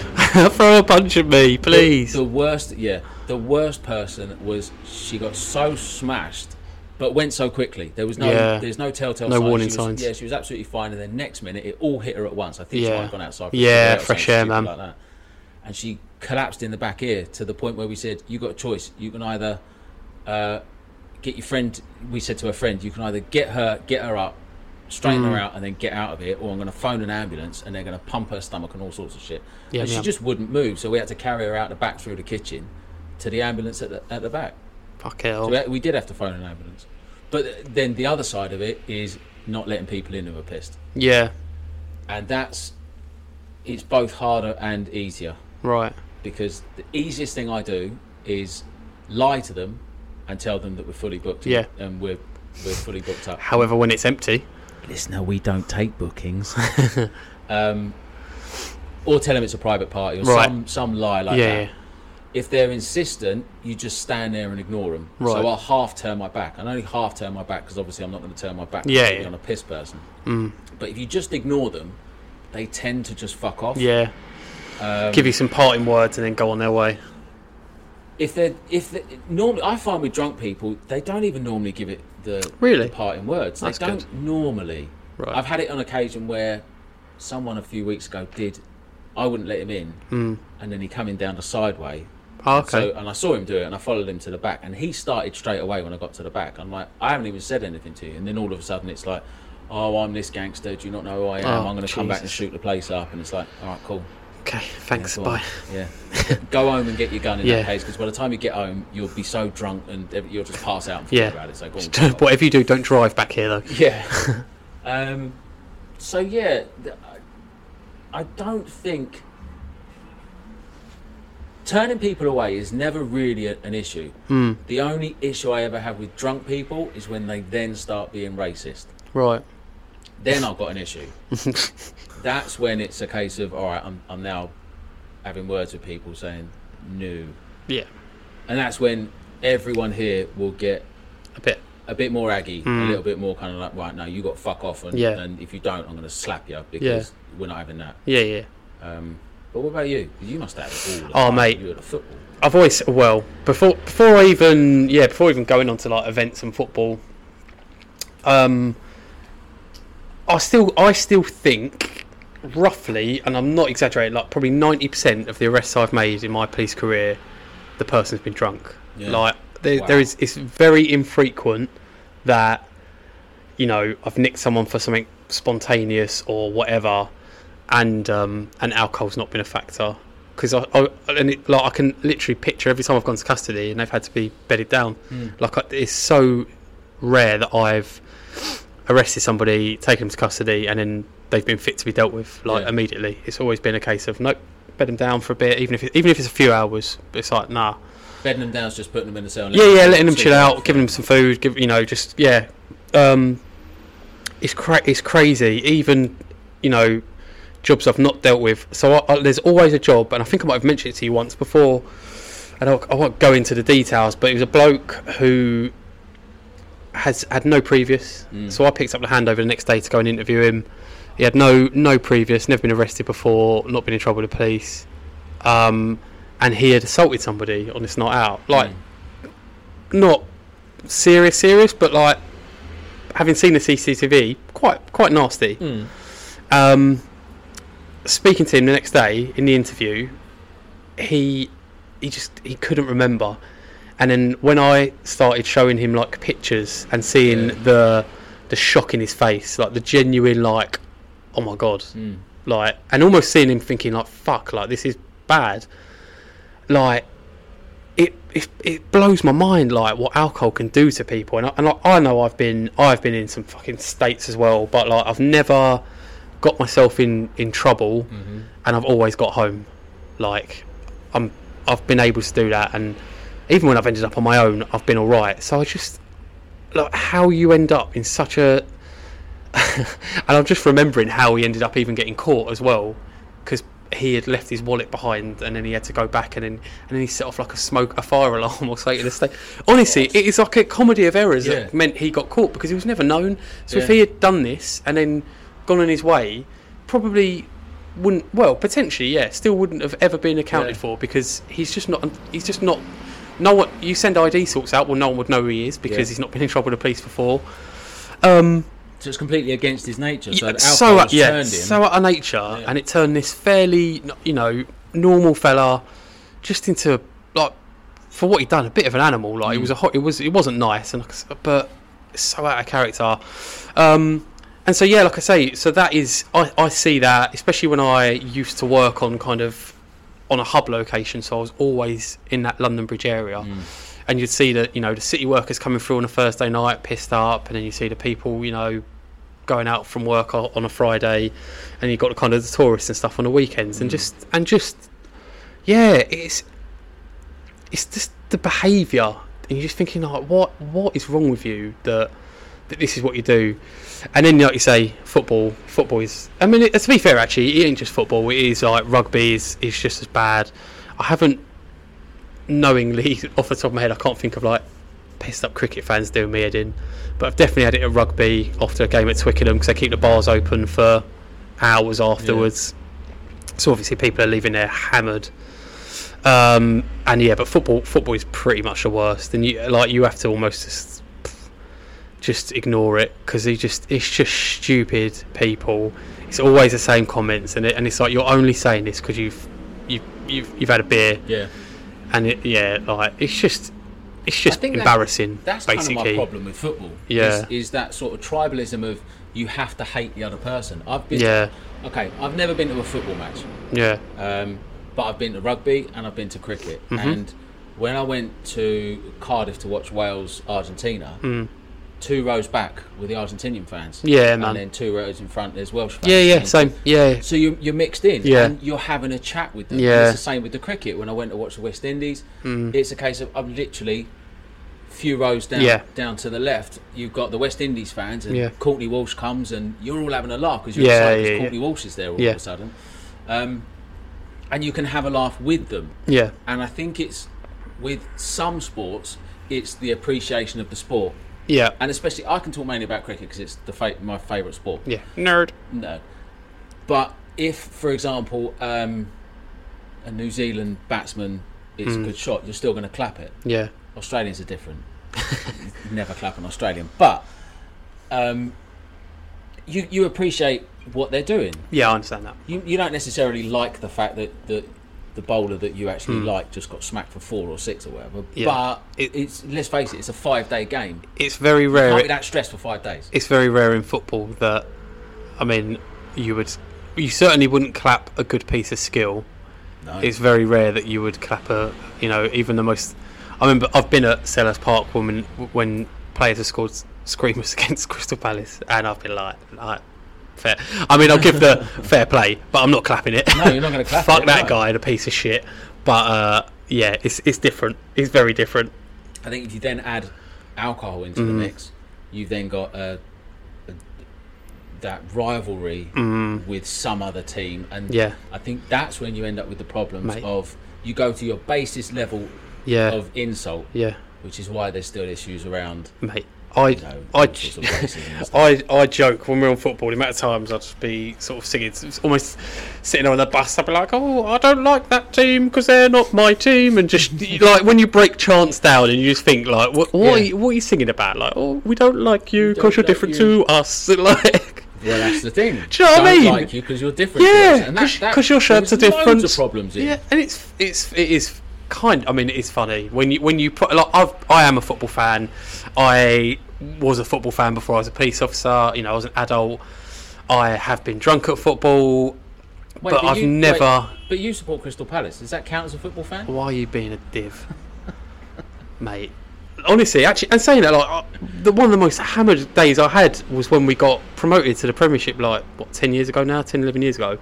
S2: Throw a punch at me, please.
S1: The worst, yeah, the worst person was she got so smashed, but went so quickly. There was no,
S2: Yeah.
S1: there's no telltale,
S2: No
S1: signs.
S2: warning
S1: she was,
S2: signs.
S1: Yeah, she was absolutely fine, and then next minute it all hit her at once. I think she
S2: Yeah.
S1: might have gone outside. for a
S2: Yeah,
S1: cigarette or
S2: fresh
S1: something
S2: air,
S1: stupid
S2: man.
S1: Like that. And she collapsed in the back ear to the point where we said, "You got a choice. You can either uh, get your friend." We said to her friend, "You can either get her, get her up." Straighten
S2: Mm.
S1: her out and then get out of here, or I'm going to phone an ambulance and they're going to pump her stomach and all sorts of shit.
S2: Yeah,
S1: and she
S2: yeah.
S1: just wouldn't move, so we had to carry her out the back through the kitchen to the ambulance at the, at the back.
S2: Fuck
S1: So
S2: hell.
S1: we, we did have to phone an ambulance. But then the other side of it is not letting people in who are pissed,
S2: Yeah.
S1: and that's it's both harder and easier
S2: Right.
S1: because the easiest thing I do is lie to them and tell them that we're fully booked.
S2: Yeah.
S1: and we're we're fully booked up.
S2: However, when it's empty.
S1: Listener, we don't take bookings. um, or tell them it's a private party or
S2: Right.
S1: some, some lie like
S2: Yeah.
S1: that.
S2: yeah.
S1: If they're insistent, you just stand there and ignore them.
S2: Right.
S1: So I'll half turn my back. and only half turn my back because obviously I'm not going to turn my back
S2: Yeah,
S1: completely
S2: yeah. Mm.
S1: on a piss person. But if you just ignore them, they tend to just fuck off.
S2: Yeah. Give you some parting words and then go on their way.
S1: If they're if they, normally I find with drunk people, they don't even normally give it the
S2: Really?
S1: the parting words. They
S2: That's
S1: don't
S2: good.
S1: normally.
S2: Right.
S1: I've had it on occasion where someone a few weeks ago did. I wouldn't let him in, and then he coming down the sideway.
S2: Oh, Hmm. okay.
S1: So and I saw him do it, and I followed him to the back, and he started straight away when I got to the back. I'm like, I haven't even said anything to you, and then all of a sudden it's like, oh, I'm this gangster. Do you not know who I am?
S2: Oh,
S1: I'm going to come back and
S2: Jesus.
S1: shoot the place up, and it's like, all right, cool.
S2: okay. Thanks.
S1: Go on.
S2: Bye.
S1: Yeah. Go home and get your gun in
S2: Yeah.
S1: that case, because by the time you get home, you'll be so drunk and ev- you'll just pass out and forget
S2: Yeah.
S1: about it. So go on.
S2: Just- Whatever you do, don't drive back here though.
S1: Yeah. um, so yeah, th- I I don't think turning people away is never really a, an issue.
S2: Hmm.
S1: The only issue I ever have with drunk people is when they then start being racist.
S2: Right.
S1: Then I've got an issue. That's when it's a case of all right, I'm I'm now having words with people saying no,
S2: Yeah.
S1: and that's when everyone here will get
S2: A bit.
S1: a bit more aggy, a little bit more kind of like, right, now you got fuck off, and,
S2: Mm. Yeah.
S1: and if you don't, I'm going to slap you because we're not having that.
S2: Yeah. Yeah.
S1: Um, but what about you? You must have it all. the
S2: Oh,
S1: time.
S2: mate.
S1: you were at a football.
S2: I've always well before before I even yeah before even going on to like events and football. Um, I still I still think roughly, and I'm not exaggerating, like probably ninety percent of the arrests I've made in my police career, the person's been drunk.
S1: Yeah.
S2: Like there,
S1: Wow.
S2: there is it's very infrequent that you know I've nicked someone for something spontaneous or whatever, and um, and alcohol's not been a factor because I, I and it, like I can literally picture every time I've gone to custody and they've had to be bedded down. Like I, it's so rare that I've arrested somebody, taken them to custody, and then they've been fit to be dealt with like
S1: Yeah.
S2: immediately. It's always been a case of nope, bed them down for a bit, even if it, even if it's a few hours. It's like nah,
S1: Bedding them down's just putting them in the cell. and
S2: yeah, yeah, letting them chill
S1: sleep.
S2: out, giving them some food, give you know, just yeah. Um, it's cra- it's crazy. Even you know, jobs I've not dealt with. So I, I, there's always a job, and I think I might have mentioned it to you once before. I don't. I won't go into the details, but he was a bloke who has had no previous.
S1: Mm.
S2: So I picked up the handover the next day to go and interview him. He had no no previous, never been arrested before, not been in trouble with the police, um, and he had assaulted somebody on this night out. Like
S1: Mm.
S2: not serious, serious, but like having seen the CCTV, quite quite nasty.
S3: Mm.
S2: Um, speaking to him the next day in the interview, he he just he couldn't remember. And then when I started showing him like pictures and seeing
S1: Yeah.
S2: the the shock in his face, like the genuine like, oh my god,
S1: Mm.
S2: like, and almost seeing him thinking like, fuck, like this is bad, like. It, it, it blows my mind like what alcohol can do to people and, I, and I, I know I've been I've been in some fucking states as well but like I've never got myself in in trouble and I've always got home. Like I'm, I've been able to do that, and even when I've ended up on my own, I've been all right. So I just like how you end up in such a, and I'm just remembering how he ended up even getting caught as well, because he had left his wallet behind, and then he had to go back, and then and then he set off like a smoke, a fire alarm or something. In the state. Honestly, it is like a comedy of errors
S1: Yeah.
S2: that meant he got caught because he was never known. So if
S1: Yeah.
S2: he had done this and then gone on his way, probably wouldn't well potentially yeah still wouldn't have ever been accounted
S1: Yeah.
S2: for because he's just not he's just not no one you send ID sorts out well no one would know who he is because
S1: Yeah.
S2: he's not been in trouble with the police before um
S1: So it's completely against his nature. So
S2: yeah,
S1: the
S2: so
S1: alcohol
S2: out,
S1: has
S2: yeah
S1: turned him.
S2: so out of nature and it turned this fairly you know normal fella just into like for what he'd done a bit of an animal
S1: Mm.
S2: like it was a hot it was it wasn't nice and like I s- but so out of character um and so yeah like i say so that is i i see that especially when i used to work on kind of on a hub location so i was always in that london bridge area
S1: Mm.
S2: and you'd see that you know the city workers coming through on a thursday night pissed up and then you see the people you know going out from work o- on a friday and you've got the kind of the tourists and stuff on the weekends and just and just yeah it's it's just the behaviour and you're just thinking like what what is wrong with you that that this is what you do and then like you say football football is I mean it, to be fair actually it ain't just football it is like rugby is, is just as bad I haven't knowingly off the top of my head I can't think of like pissed up cricket fans doing me head in but I've definitely had it at rugby after a game at Twickenham because they keep the bars open for hours afterwards so obviously people are leaving there hammered um, and yeah, but football football is pretty much the worst, and you like you have to almost just, just ignore it because he just it's just stupid people. It's always the same comments, and it, and it's like you're only saying this because you've you you've you've had a beer,
S1: yeah,
S2: and it yeah like it's just it's
S1: I
S2: just
S1: think that-
S2: embarrassing.
S1: that's
S2: basically.
S1: kind of my problem with football.
S2: Yeah.
S1: is, is that sort of tribalism of you have to hate the other person. I've been
S2: Yeah,
S1: okay. I've never been to a football match.
S2: yeah,
S1: Um, but I've been to rugby and I've been to cricket.
S2: Mm-hmm.
S1: And when I went to Cardiff to watch Wales Argentina, two rows back were the Argentinian fans.
S2: Mm. Yeah,
S1: and
S2: man.
S1: then two rows in front there's Welsh fans.
S2: yeah, yeah.
S1: And
S2: Same. Yeah,
S1: So you're, you're mixed in.
S2: Yeah.
S1: And you're having a chat with them. And
S2: Yeah. Hmm.
S1: It's the same with the cricket. When I went to watch the West Indies, it's a case of I'm literally. Few rows down,
S2: Yeah.
S1: down to the left, you've got the West Indies fans, and
S2: Yeah.
S1: Courtney Walsh comes, and you're all having a laugh because you're
S2: Yeah,
S1: excited 'cause
S2: yeah, yeah.
S1: Courtney Walsh is there all
S2: Yeah.
S1: of a sudden. Um, and you can have a laugh with them.
S2: yeah,
S1: And I think it's with some sports, it's the appreciation of the sport,
S2: yeah,
S1: and especially I can talk mainly about cricket because it's the fa- my favourite sport.
S2: yeah. Nerd.
S1: No, but if, for example, um, a New Zealand batsman is
S2: Hmm.
S1: a good shot, you're still going to clap it.
S2: Yeah,
S1: Australians are different. Never clap an Australian, but um, you you appreciate what they're doing
S2: yeah. I understand that.
S1: you, you don't necessarily like the fact that the the bowler that you actually like just got smacked for four or six or whatever.
S2: Hmm. Yeah.
S1: But
S2: It-
S1: it's let's face it, it's a five day game.
S2: It's very rare.
S1: Can't
S2: it-
S1: be that stressed for five days.
S2: it's very rare in football that I mean you would you certainly wouldn't clap a good piece of skill.
S1: No.
S2: It's very rare that you would clap a you know even the most. I remember I've been at Sellers Park when when players have scored screamers against Crystal Palace, and I've been like, like fair. I mean, I'll give the fair play, but I'm not clapping it.
S1: No, you're not gonna clap
S2: Fuck
S1: it,
S2: that
S1: no.
S2: guy, the piece of shit. But uh, yeah, it's it's different. It's very different.
S1: I think if you then add alcohol into
S2: Mm.
S1: the mix, you've then got a, a- that rivalry with some other team, and
S2: Mm. Yeah.
S1: I think that's when you end up with the problems
S2: Mate.
S1: of you go to your basis level
S2: yeah,
S1: of insult,
S2: yeah,
S1: which is why there's still issues around.
S2: mate.
S1: You
S2: I
S1: know,
S2: I
S1: all
S2: j-
S1: sorts of racism and stuff.
S2: I, I joke when we're on football, the amount of times I'd just be sort of singing, it's almost sitting on the bus. I'd be like, oh, I don't like that team because they're not my team. And just like when you break chants down and you just think, like, what, what, are,
S1: Yeah.
S2: you, what are you singing about? Like, oh, we don't like you
S1: We
S2: because you're
S1: don't like
S2: different
S1: you."
S2: to us. Like,
S1: Well, that's the thing.
S2: Do you know what I
S1: Don't
S2: mean?
S1: like you because you're different. to
S2: Yeah,
S1: us. And that-
S2: 'cause-
S1: that-
S2: 'cause your shirts
S1: there's
S2: are
S1: loads
S2: different.
S1: of problems here.
S2: yeah, and it's it's it is kind. I mean, it is funny when you when you put like I've, I am a football fan. I was a football fan before I was a police officer. You know, I was an adult. I have been drunk at football.
S1: Wait,
S2: but I've never-
S1: but you support Crystal Palace. Does that count as a football fan?
S2: Why are you being a div, mate? Honestly, actually, and saying that, like, I- the one of the most hammered days I had was when we got promoted to the Premiership, like what ten years ago now, 10, 11 years ago.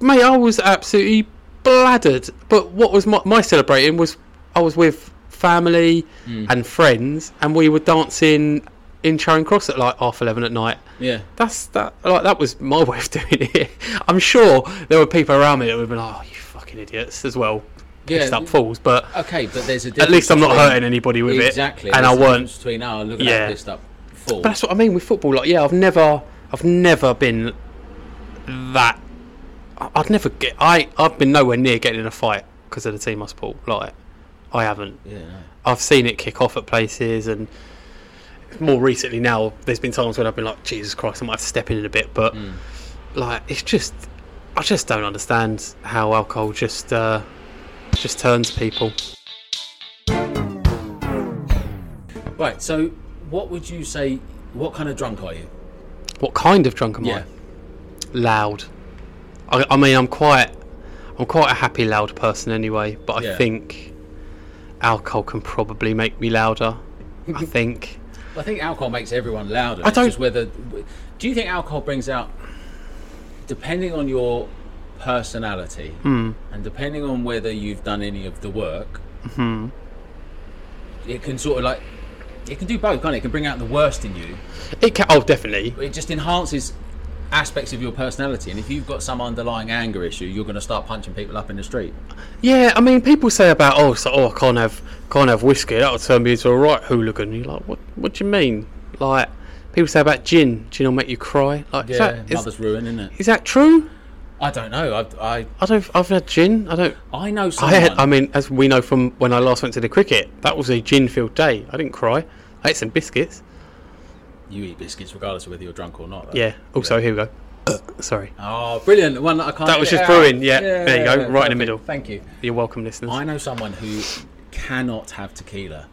S2: Mate, I was absolutely bladdered. But what was my, my celebrating was I was with family and friends, and we were dancing in Charing Cross at like half eleven at night
S1: Yeah.
S2: that's that like that was my way of doing it. I'm sure there were people around me that would have been like, oh, you fucking idiots as well. Pissed
S1: Yeah.
S2: up fools, but
S1: Okay, but there's a difference.
S2: at least I'm not
S1: between-
S2: hurting anybody with
S1: exactly,
S2: it. And I
S1: there's a
S2: weren't
S1: difference Between oh, look at
S2: Yeah.
S1: that pissed up fool.
S2: but that's what I mean with football. Like, yeah, I've never, I've never been that. I- I'd never get. I, I've been nowhere near getting in a fight because of the team I support. Like, I haven't.
S1: Yeah. no.
S2: I've seen it kick off at places, and more recently now, there's been times when I've been like, Jesus Christ, I might have to step in in a bit, but
S1: Hmm.
S2: like, it's just, I just don't understand how alcohol just uh, just turns people.
S1: Right. So, what would you say? What kind of drunk are you?
S2: What kind of drunk am I? Loud. I, I mean, I'm quite, I'm quite a happy loud person anyway, but I
S1: Yeah.
S2: think alcohol can probably make me louder. I think.
S1: I think alcohol makes everyone louder.
S2: I
S1: It's
S2: don't-
S1: just whether do you think alcohol brings out depending on your personality
S2: Hmm.
S1: and depending on whether you've done any of the work.
S2: Hmm.
S1: It can sort of like it can do both, can't it? It can bring out the worst in you.
S2: It can, oh, definitely.
S1: It just enhances aspects of your personality and if you've got some underlying anger issue you're going to start punching people up in the street
S2: Yeah, I mean, people say about oh, so, oh, I can't have can't have whiskey. That'll turn me into a right hooligan. You're like, what? What do you mean? Like, people say about gin. Gin will make you cry. Like, is,
S1: yeah
S2: that, is,
S1: mother's ruin isn't it
S2: is that true?
S1: i don't know i i,
S2: I don't. I've had gin. I don't.
S1: I know
S2: I
S1: someone
S2: had. um, I mean, as we know from when I last went to the cricket, that was a gin-filled day. I didn't cry. I ate some biscuits.
S1: you eat biscuits regardless of whether you're drunk or not though.
S2: Yeah. Also, here we go. Sorry.
S1: Oh, brilliant! The one that I can't.
S2: That was
S1: get
S2: just
S1: out.
S2: brewing, yeah. There you go, right in the
S1: perfect.
S2: middle.
S1: Thank you.
S2: You're welcome, listeners.
S1: I know someone who cannot have tequila.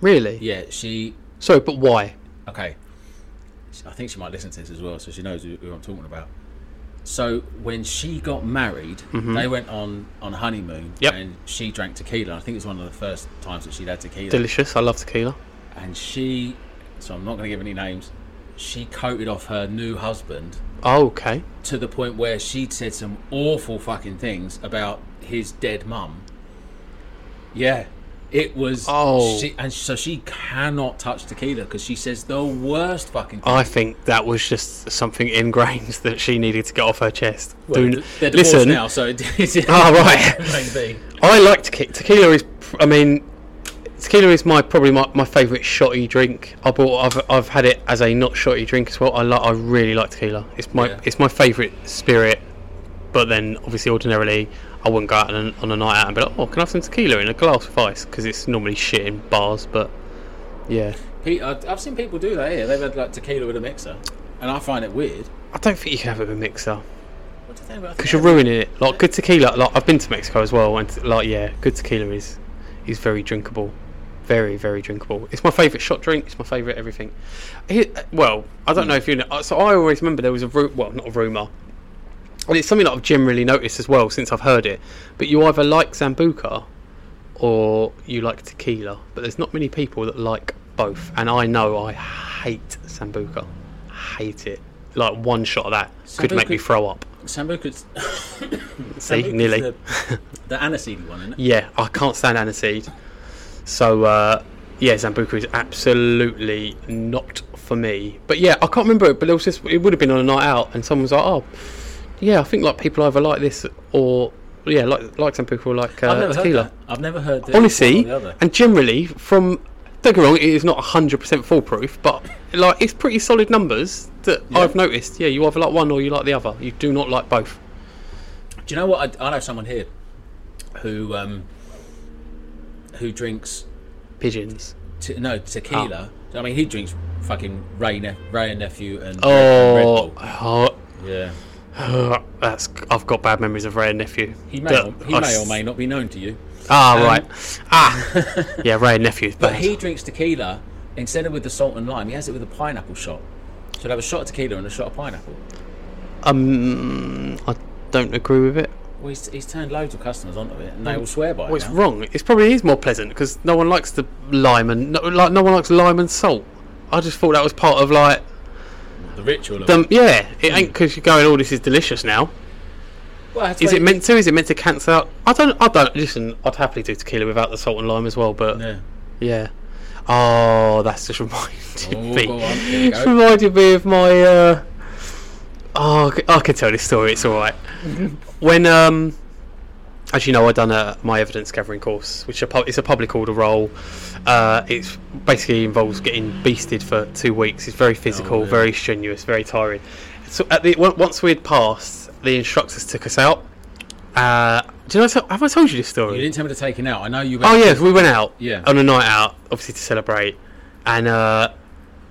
S2: Really?
S1: Yeah, she.
S2: Sorry, but why?
S1: Okay, I think she might listen to this as well, so she knows who, who I'm talking about. So when she got married, they went on on honeymoon,
S2: Mm-hmm. Yep.
S1: and she drank tequila. I think it was one of the first times that she'd had tequila,
S2: Delicious. I love tequila.
S1: and she. So I'm not going to give any names. She coated off her new husband
S2: Oh, okay.
S1: to the point where she'd said some awful fucking things about his dead mum. Yeah, it was.
S2: Oh.
S1: she, and so she cannot touch tequila because she says the worst fucking. Thing.
S2: I think that was just something ingrained that she needed to get off her chest. Do-
S1: they're divorced
S2: listen,
S1: now, so it- it's
S2: Ah, right.
S1: Maybe.
S2: I like tequila. Tequila is, I mean, tequila is my probably my, my favourite shotty drink. I bought. I've, I've had it as a not shotty drink as well. I like. I really like tequila. It's my
S1: Yeah.
S2: it's my favourite spirit. But then, obviously, ordinarily, I wouldn't go out on a, on a night out and be like, "Oh, can I have some tequila in a glass of ice?" Because it's normally shit in bars. But yeah,
S1: Pe- I've I've seen people do that here. They've had like tequila with a mixer, and I find it weird.
S2: I don't think you can have it with a mixer.
S1: What do they I think
S2: because you're ruining it. Like good tequila. Like I've been to Mexico as well, and like yeah, good tequila is is very drinkable, very very drinkable. It's my favourite shot drink. It's my favourite everything. Here- well, I don't know if you know. uh, So I always remember there was a ru- well, not a rumor, and it's something that I've generally noticed as well since I've heard it. But you either like zambuca or you like tequila, but there's not many people that like both. And I know I hate sambuca, hate it. Like one shot of that could make
S1: Sambuca-
S2: me throw up.
S1: Sambuca's.
S2: See,
S1: Sambuca's
S2: nearly.
S1: The, the aniseed one, isn't it?
S2: Yeah, I can't stand aniseed. So uh, yeah, Zambuca is absolutely not for me. But yeah, I can't remember it, but it was just it would have been on a night out, and someone was like, "Oh, yeah, I think like people either like this or yeah, like like some people like uh,
S1: I've never
S2: tequila.
S1: heard that. I've never heard that.
S2: Honestly,
S1: one or the other.
S2: and generally, from don't get me wrong, it is not hundred percent foolproof, but like it's pretty solid numbers that
S1: Yeah.
S2: I've noticed. Yeah, you either like one or you like the other. You do not like both.
S1: Do you know what? I, I know someone here who um, who drinks
S2: Pigeons.
S1: te- no tequila.
S2: Ah.
S1: I mean, he drinks fucking Ray, ne- Ray and nephew and and Red
S2: Oh,
S1: Bull.
S2: oh,
S1: yeah.
S2: oh, that's I've got bad memories of Ray and nephew.
S1: He may
S2: That
S1: or, he
S2: I
S1: may
S2: s-
S1: or may not be known to you,
S2: Ah, right. Ah, yeah, Ray and nephew.
S1: but he drinks tequila instead of with the salt and lime. He has it with a pineapple shot. So he'll have a shot of tequila and a shot of pineapple.
S2: um, I don't agree with it.
S1: Well, he's, he's turned loads of customers onto it, and they all swear by
S2: Well,
S1: it.
S2: it's
S1: now.
S2: Um, wrong. It's probably is more pleasant because no one likes the lime and no, like no one likes lime and salt. I just thought that was part of like
S1: The ritual. Of
S2: them. Yeah, it ain't because you're going. Oh, this is delicious now.
S1: Well, that's
S2: Is
S1: why
S2: it meant to? Is it meant to cancel out? I don't. I don't. Listen, I'd happily do tequila without the salt and lime as well. But
S1: Yeah.
S2: yeah. Oh, that's just reminded
S1: Oh,
S2: me.
S1: go on, there you
S2: It's
S1: go.
S2: reminded me of my. Uh, oh, I c- I can tell this story. It's all right. when um, as you know, I done a, my evidence gathering course, which a pub- it's a public order role. Uh, it's basically involves getting beasted for two weeks. It's very physical,
S1: yeah.
S2: very strenuous, very tiring. So at the, on- once we had passed, the instructors took us out. Uh, do you know? I to- Have I told you this story?
S1: You didn't tell me to take him out. I know you.
S2: Oh
S1: went-
S2: yeah, we went out
S1: Yeah.
S2: on a night out, obviously to celebrate, and uh,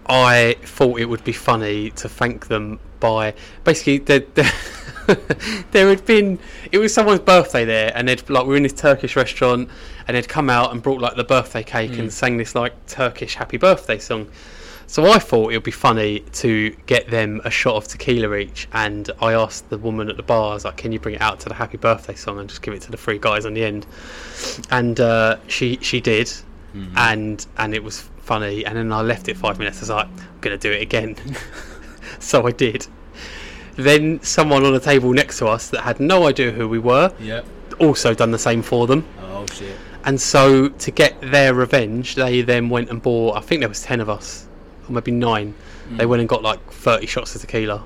S2: I thought it would be funny to thank them by basically there, there, there had been it was someone's birthday there, and they'd like we were in this Turkish restaurant, and they'd come out and brought like the birthday cake
S1: Hmm.
S2: and sang this like Turkish happy birthday song. So I thought it would be funny to get them a shot of tequila each, and I asked the woman at the bar, I was like, "Can you bring it out to the happy birthday song and just give it to the three guys on the end?" and uh, she she did, and and it was funny. And then I left it five minutes. I was like, I'm gonna do it again. so I did. Then someone on the table next to us that had no idea who we were
S1: Yeah.
S2: also done the same for them.
S1: Oh shit.
S2: And so to get their revenge, they then went and bought. I think there was ten of us, or maybe nine. They
S1: Mm.
S2: went and got like thirty shots of tequila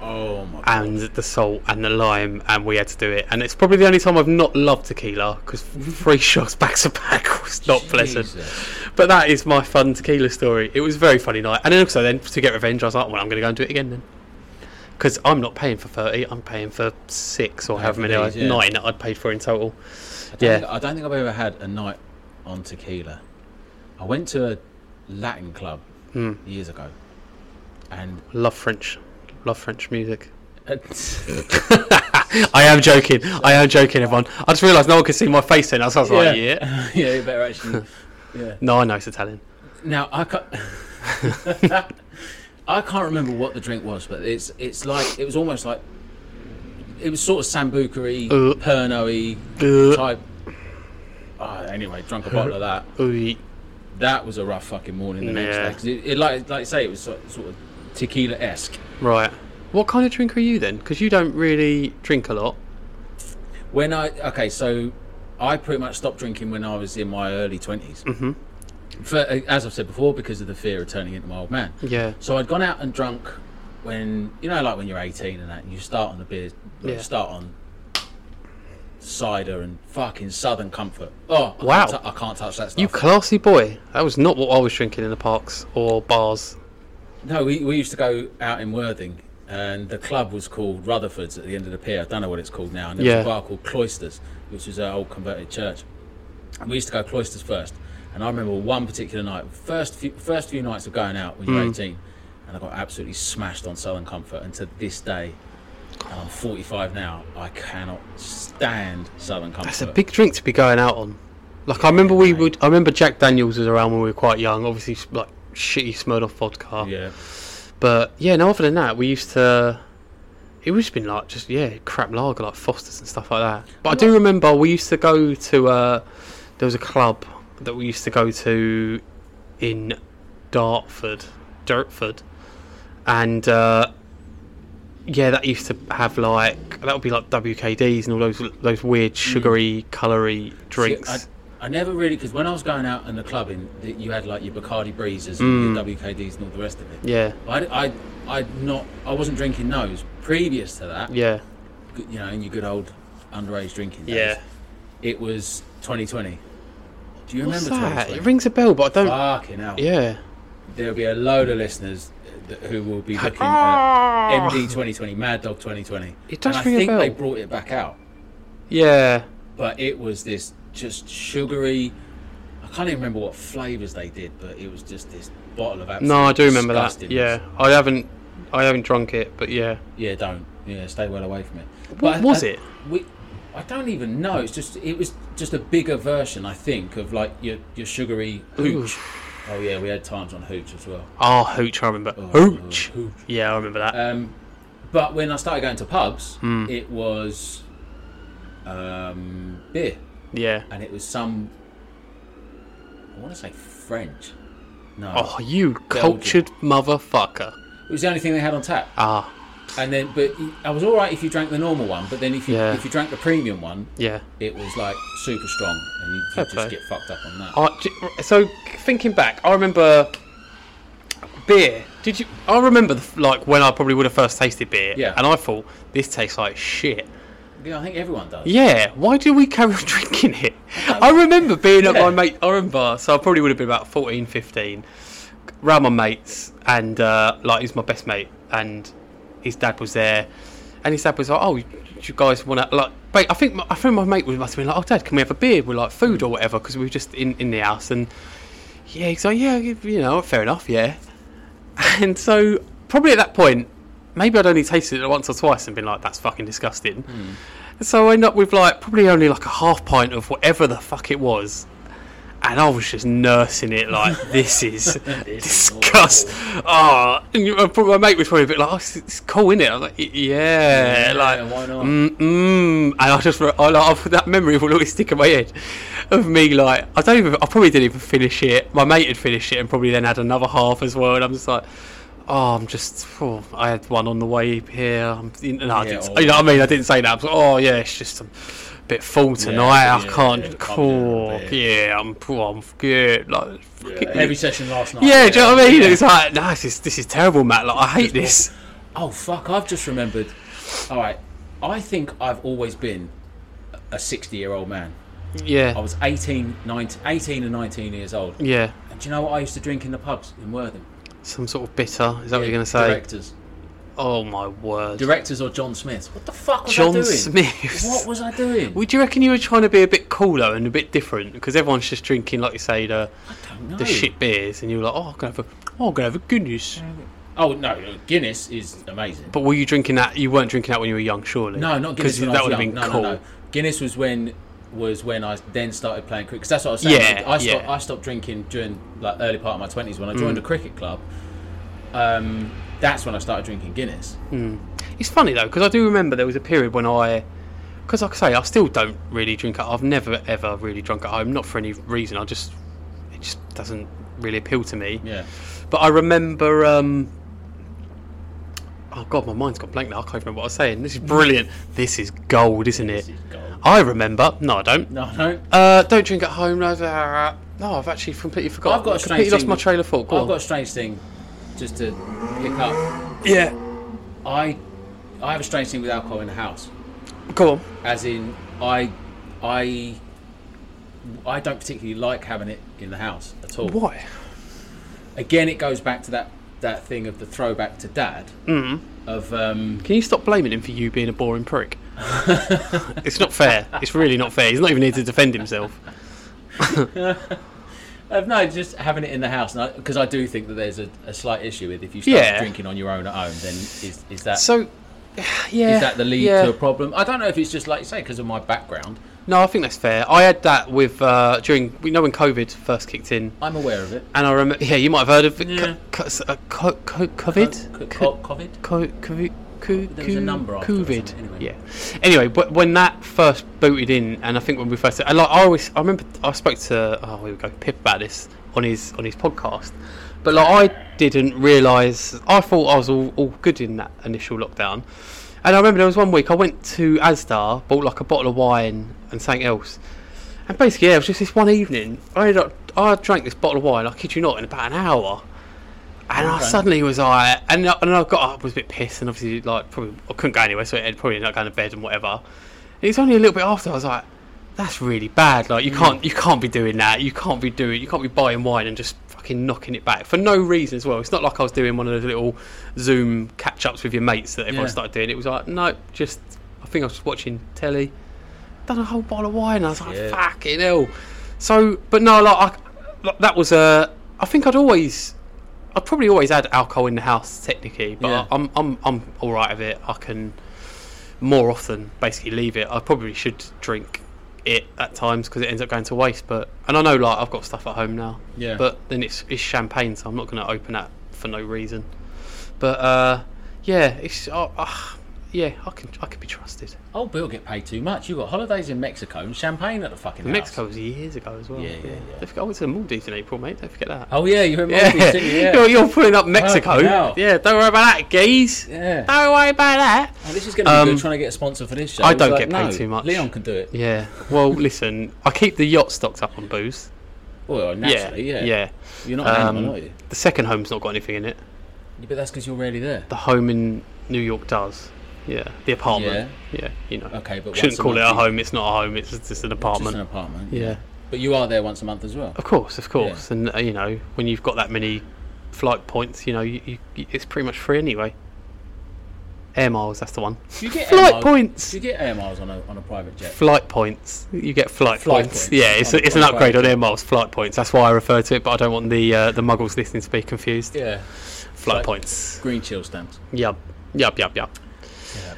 S1: Oh my. God.
S2: and the salt and the lime, and we had to do it. And it's probably the only time I've not loved tequila because three shots back to back was not pleasant.
S1: Mm-hmm. Jesus.
S2: But that is my fun tequila story. It was a very funny night. And then also, then to get revenge, I was like, well, I'm going to go and do it again then. Because I'm not paying for 30, I'm paying for six or however many, I,
S1: Please, yeah.
S2: nine that I'd paid for in total.
S1: I don't
S2: Yeah.
S1: think- I don't think I've ever had a night on tequila. I went to a Latin club
S2: Hmm.
S1: years ago, and
S2: Love French. Love French music. I am joking. I am joking, everyone. I just realised no one could see my face then. I was, I was like, yeah.
S1: yeah, you better actually. Yeah.
S2: No, I know it's Italian.
S1: Now I can't. I can't remember what the drink was, but it's it's like it was almost like it was sort of sambuca-y,
S2: Uh.
S1: perno-y
S2: Uh,
S1: type. Ah, anyway, drunk a bottle of that.
S2: ooh.
S1: That was a rough fucking morning the next
S2: Yeah.
S1: day. 'Cause it, it like like you say, it was sort, sort of tequila esque.
S2: Right. What kind of drink are you then? Because you don't really drink a lot.
S1: When I okay, so I pretty much stopped drinking when I was in my early 20s Mm-hmm. For as I've said before, because of the fear of turning into my old man.
S2: Yeah.
S1: So I'd gone out and drunk when you know, like when you're 18 and that, and you start on the beer, you
S2: Yeah.
S1: start on cider and fucking Southern Comfort. Oh I
S2: Wow.
S1: can't tou- I can't touch that stuff.
S2: You classy boy. That was not what I was drinking in the parks or bars.
S1: No, we, we used to go out in Worthing, and the club was called Rutherford's at the end of the pier. I don't know what it's called now. And there
S2: Yeah.
S1: was a bar called Cloisters, which was an old converted church. And we used to go Cloisters first. And I remember one particular night, first few, first few nights of going out when you're
S2: Mm.
S1: 18, and I got absolutely smashed on Southern Comfort. And to this day, and I'm 45 now, I cannot stand Southern Comfort.
S2: That's a big drink to be going out on. Like I remember we would. I remember Jack Daniels was around when we were quite young. Obviously, like shitty Smirnoff vodka.
S1: Yeah.
S2: But yeah, no. Other than that, we used to. It was been like just yeah, crap lager like Foster's and stuff like that. But I do remember we used to go to. Uh, there was a club that we used to go to in Dartford, Dartford, and uh, yeah, that used to have like that would be like WKDs and all those those weird sugary, colory drinks.
S1: See, I, I never really because when I was going out in the club, in the, you had like your Bacardi breezes
S2: Mm.
S1: and your WKDs and all the rest of it.
S2: yeah,
S1: I, I, I not I wasn't drinking those previous to that.
S2: yeah,
S1: You know, in your good old underage drinking. days.
S2: Yeah.
S1: It was 2020. Do you
S2: What's
S1: remember
S2: that? It
S1: 2020?
S2: rings a bell, but I don't.
S1: Fucking hell.
S2: yeah.
S1: There'll be a load of listeners that, who will be looking at
S2: Ah!
S1: MD 2020, Mad Dog 2020.
S2: It does
S1: and
S2: ring a
S1: I think
S2: bell.
S1: they brought it back out,
S2: Yeah.
S1: but it was this just sugary. I can't even remember what flavours they did, but it was just this bottle of absolute
S2: No, I do remember that.
S1: disgustingness.
S2: Yeah, I haven't, I haven't drunk it, but yeah.
S1: Yeah, don't. Yeah, stay well away from it.
S2: What
S1: I-
S2: was
S1: I-
S2: it?
S1: We, I don't even know. It's just it was just a bigger version, I think, of like your your sugary hooch. Oh yeah, we had times on hooch as well.
S2: Oh, hooch! I remember
S1: Oh,
S2: hooch.
S1: hooch.
S2: Yeah, I remember that.
S1: Um, but when I started going to pubs,
S2: Hmm.
S1: it was um, beer,
S2: yeah.
S1: and it was some. I want to say French. No,
S2: Oh, you cultured motherfucker!
S1: it was the only thing they had on tap.
S2: Ah,
S1: And then, but I was all right if you drank the normal one. But then, if you
S2: Yeah.
S1: if you drank the premium one,
S2: yeah.
S1: it was like super strong, and you, you
S2: Fair
S1: just
S2: play.
S1: get fucked up on that.
S2: I j so thinking back, I remember beer. Did you? I remember the, like when I probably would have first tasted beer.
S1: Yeah.
S2: And I thought this tastes like shit.
S1: yeah, I think everyone does.
S2: Yeah, why do we carry on drinking it? I remember being at
S1: Yeah.
S2: my mate, I remember, so I probably would have been about 14, 15, around my mates, and uh, like he's my best mate, and his dad was there, and his dad was like, oh, you you guys want to, like, mate, I think, my, I think my mate was- must have been like, oh, dad, can we have a beer with like food or whatever, because we were just in, in the house, and yeah, he's like, yeah, you you know, fair enough, yeah. And so, probably at that point, maybe I'd only tasted it once or twice and been like, that's fucking disgusting. So I end up with like probably only like a half pint of whatever the fuck it was. And I was just nursing it like this is disgust. Ah, and you- uh, probably my mate was probably a bit like, oh, it's, it's cool, is it? I was like, "Y- yeah, like,
S1: why not?
S2: Mm, mm. And I just, re- I like, I've, that memory will always stick in my head of me like, I don't even, I probably didn't even finish it. My mate had finished it and probably then had another half as well. And I'm just like, oh, I'm just, oh, I had one on the way here. I'm, you know, I
S1: Yeah,
S2: didn't,
S1: or-
S2: you know what I mean? I didn't say that. I was like, oh yeah, it's just I'm a bit full tonight.
S1: yeah,
S2: I
S1: yeah,
S2: can't
S1: yeah,
S2: call.
S1: can't do
S2: Yeah, I'm, oh, I'm good. Like, fucking-
S1: Yeah, Every session last night.
S2: yeah, do you know what I mean?
S1: Yeah.
S2: It's like, no, this is, this is terrible, Matt. Like, I hate this.
S1: Oh fuck! I've just remembered. All right, I think I've always been a sixty-year-old man. I
S2: Yeah,
S1: was 18, 19, 18 and nineteen years old.
S2: yeah.
S1: And do you know what I used to drink in the pubs in Worthing?
S2: Some sort of bitter. Is that what you're going to say?
S1: Directors,
S2: Oh my word.
S1: directors, or John Smith. What the fuck was I
S2: John
S1: doing?
S2: Smith.
S1: What was I doing?
S2: Would you reckon you were trying to be a bit cooler and a bit different? Because everyone's just drinking, like you say, the,
S1: I don't know.
S2: the shit beers, and you're like, oh, I'm gonna have a, oh, I'm gonna have a goodness.
S1: Oh no, Guinness is amazing.
S2: But were you drinking that? You weren't drinking that when you were young, surely.
S1: No, not Guinness.
S2: Because
S1: When
S2: that
S1: I was
S2: would have
S1: young.
S2: been
S1: no,
S2: cool.
S1: no, no. Guinness was when was when I then started playing cricket. Because that's what I was saying.
S2: Yeah,
S1: I, I stopped,
S2: yeah. Mm.
S1: I stopped drinking during like early part of my twenties when I joined a cricket club. Um, that's when I started drinking Guinness.
S2: It's funny though, because I do remember there was a period when I, because like I say, I still don't really drink. at I've never ever really drunk at home, not for any reason. I just, it just doesn't really appeal to me.
S1: Yeah,
S2: But I remember. Um, oh god, my mind's gone blank now. I can't remember what I was saying. This is brilliant. This is gold, isn't
S1: This
S2: it?
S1: is gold.
S2: I remember. No, I don't.
S1: No, no.
S2: Uh, don't drink at home. No, no, no, I've actually completely forgotten.
S1: I've got a
S2: completely
S1: strange
S2: lost
S1: thing
S2: my
S1: with-
S2: trailer of thought. Go
S1: I've
S2: on.
S1: got a strange thing, just to pick up.
S2: Yeah.
S1: I I have a strange thing with alcohol in the house.
S2: Go on.
S1: as in I I I don't particularly like having it in the house at all.
S2: Why?
S1: Again, it goes back to that that thing of the throwback to dad
S2: Mm-hmm.
S1: of um,
S2: Can you stop blaming him for you being a boring prick? it's not fair. It's really not fair. He's not even here to defend himself.
S1: of no, just having it in the house because I, do think that there's a, a slight issue with if you start
S2: Yeah.
S1: drinking on your own at home, then is is that is
S2: So, yeah.
S1: that the lead
S2: yeah.
S1: to a problem? I don't know if it's just like you say because of my background.
S2: No, I think that's fair. I had that with uh, during we know when COVID first kicked in,
S1: I'm aware of it.
S2: and I remember. Yeah, you might have heard of it.
S1: Yeah.
S2: Co- co- uh, co- co- COVID.
S1: Co-
S2: Co-
S1: co- oh, COVID.
S2: co- COVID. Co-
S1: There was a
S2: co-
S1: number after it or
S2: COVID.
S1: something, anyway.
S2: Yeah. Anyway, but when that first booted in, and I think when we first, and like I always, I remember I spoke to oh here we go Pip about this on his on his podcast, but like I didn't realise. I thought I was all, all good in that initial lockdown, and I remember there was one week I went to Asda, bought like a bottle of wine and something else. And basically, yeah, it was just this one evening. I ended up, I drank this bottle of wine. I kid you not, in about an hour. And I
S1: Okay.
S2: suddenly was like, and I, and I got up, was a bit pissed, and obviously like probably I couldn't go anywhere, so I ended- probably ended up going to bed and whatever. it's only a little bit after I was like, that's really bad. Like you
S1: Hmm.
S2: can't you can't be doing that. You can't be doing you can't be buying wine and just fucking knocking it back for no reason as well. It's not like I was doing one of those little Zoom catch ups with your mates that everyone
S1: Yeah.
S2: started doing. It was like no, just I think I was just watching telly. Done a whole bottle of wine. I was like
S1: Yeah.
S2: fucking hell. So, but no, like, I, like that was a. I think I'd always. I probably always had alcohol in the house technically, but
S1: Yeah.
S2: I, I'm I'm I'm all right with it. I can more often basically leave it. I probably should drink it at times because it ends up going to waste. But and I know like I've got stuff at home now.
S1: Yeah.
S2: But then it's it's champagne, so I'm not going to open that for no reason. But uh, yeah, it's uh, uh, yeah I can I can be trusted.
S1: Old Oh, Bill get paid too much. You got holidays in Mexico and champagne at the fucking house.
S2: Mexico was years ago as well.
S1: Yeah, yeah, yeah.
S2: Don't forget, I went to the Maldives in April, mate. Don't forget that.
S1: Oh yeah, you're in
S2: Yeah,
S1: Maldives, didn't you? yeah.
S2: You're, you're pulling up Mexico.
S1: Fucking hell.
S2: Yeah, don't worry about that, geez.
S1: Yeah.
S2: Don't worry about that.
S1: Oh, this is going to be
S2: Um,
S1: good trying to get a sponsor for this show.
S2: I
S1: It's
S2: don't
S1: like,
S2: get paid
S1: no,
S2: too much.
S1: Leon can do it.
S2: Yeah. Well, listen, I keep the yacht stocked up on booze.
S1: Well, naturally, yeah.
S2: Yeah.
S1: You're not an
S2: Um,
S1: animal, are you?
S2: The second home's not got anything in it.
S1: Yeah, But that's because you're rarely there.
S2: The home in New York does. Yeah. The apartment. Yeah. you know.
S1: Okay, but
S2: Shouldn't
S1: once a
S2: call it a
S1: month you-
S2: home. It's not a home. It's just an
S1: Just
S2: apartment.
S1: an apartment.
S2: yeah.
S1: But you are there once a month as well.
S2: Of course, of course. And, uh, you know, when you've got that many flight points, you know, you, you, you- it's pretty much free anyway. Air miles, that's the one.
S1: Do you get air
S2: Flight
S1: miles-
S2: points!
S1: Do you get air miles on a on a private jet?
S2: Flight points. You get flight,
S1: Flight
S2: points.
S1: points.
S2: Yeah, it's,
S1: Oh,
S2: it's an
S1: okay.
S2: upgrade on air miles. Flight points. That's why I refer to it, but I don't want the uh, the muggles listening to be confused.
S1: Yeah.
S2: Flight
S1: Flight-
S2: points.
S1: Green chill stamps.
S2: Yep. Yep. Yep. Yep.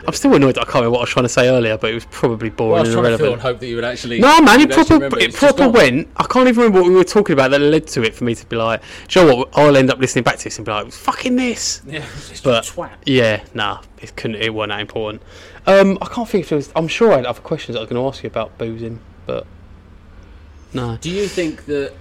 S2: I'm still annoyed that I can't remember what I was trying to say earlier, but it was probably boring
S1: Well, I was
S2: and
S1: trying to fill and
S2: irrelevant.
S1: hope that you would actually.
S2: No, man, it
S1: you'd actually
S2: proper,
S1: remember
S2: it
S1: It's just gone.
S2: proper went. I can't even remember what we were talking about that led to it for me to be like, "Do you know what? I'll end up listening back to this and be like, it was fucking this.
S1: Yeah, it's just a
S2: But
S1: twat.
S2: yeah, nah, it couldn't. It wasn't that important. Um, I can't think if there was. I'm sure I had other questions I was going to ask you about boozing, but no.
S1: Do you think that?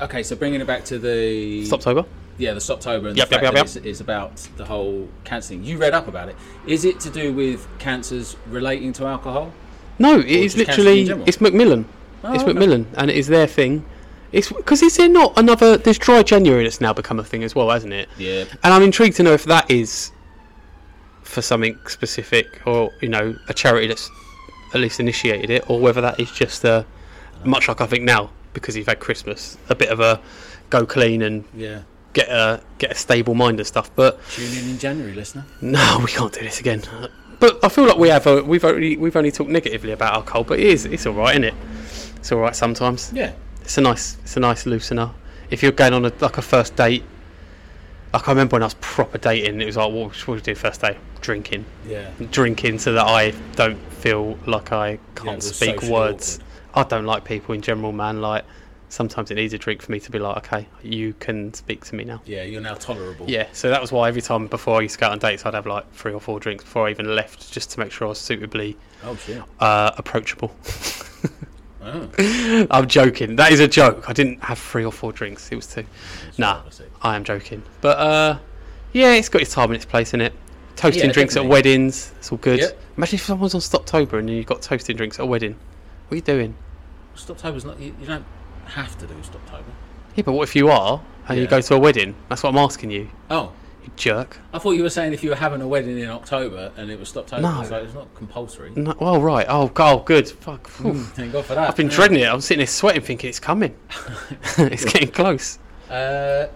S1: Okay, so bringing it back to the
S2: Stopped over.
S1: yeah the Stoptober and
S2: Yep,
S1: the fact
S2: yep,
S1: that
S2: yep,
S1: It's, it's about the whole cancer thing. You read up about it. Is it to do with cancers relating to alcohol?
S2: No, it is
S1: just cancer
S2: literally
S1: in general?
S2: it's Macmillan.
S1: Oh,
S2: it's
S1: okay.
S2: Macmillan, and it is their thing. It's because is there not another? There's dry January that's now become a thing as well, hasn't it?
S1: Yeah,
S2: And I'm intrigued to know if that is for something specific, or you know, a charity that's at least initiated it, or whether that is just a much like I think now because you've had Christmas, a bit of a go clean and
S1: yeah.
S2: get a get a stable mind and stuff. But
S1: Tune in in January, listener.
S2: no, we can't do this again. But I feel like we have. uh we've only we've only talked negatively about alcohol, but it is it's all right, isn't it? It's all right sometimes.
S1: Yeah,
S2: It's a nice it's a nice loosener. If you're going on a, like a first date, like I remember when I was proper dating, it was like what should we do first day? Drinking,
S1: yeah.
S2: drinking, so that I don't feel like I can't
S1: it was
S2: speak
S1: socially
S2: words. I don't like people in general, man. Like sometimes it needs a drink for me to be like, okay, you can speak to me now.
S1: Yeah, you're now tolerable.
S2: Yeah, so that was why every time before I used to go out on dates, I'd have like three or four drinks before I even left, just to make sure I was suitably
S1: Oh shit.
S2: uh, approachable.
S1: Oh.
S2: I'm joking. That is a joke. I didn't have three or four drinks. It was two. Nah,
S1: I see.
S2: I am joking. But uh, yeah, it's got its time and its place in it. Toasting
S1: Yeah,
S2: drinks at
S1: definitely.
S2: weddings, it's all good.
S1: Yep.
S2: Imagine if someone's on Stoptober and you've got toasting drinks at a wedding. What are you doing?
S1: Stoptober's not. You, you don't have to do Stoptober.
S2: Yeah, but what if you are and you
S1: Yeah.
S2: go to a wedding? That's what I'm asking you.
S1: Oh,
S2: You jerk.
S1: I thought you were saying if you were having a wedding in October and it was Stoptober,
S2: No.
S1: it's, like, it's not compulsory.
S2: No, well, right. Oh, God, good. Fuck. Phew.
S1: Thank God for that.
S2: I've been dreading it. I'm sitting here sweating, thinking it's coming. it's getting close.
S1: Uh,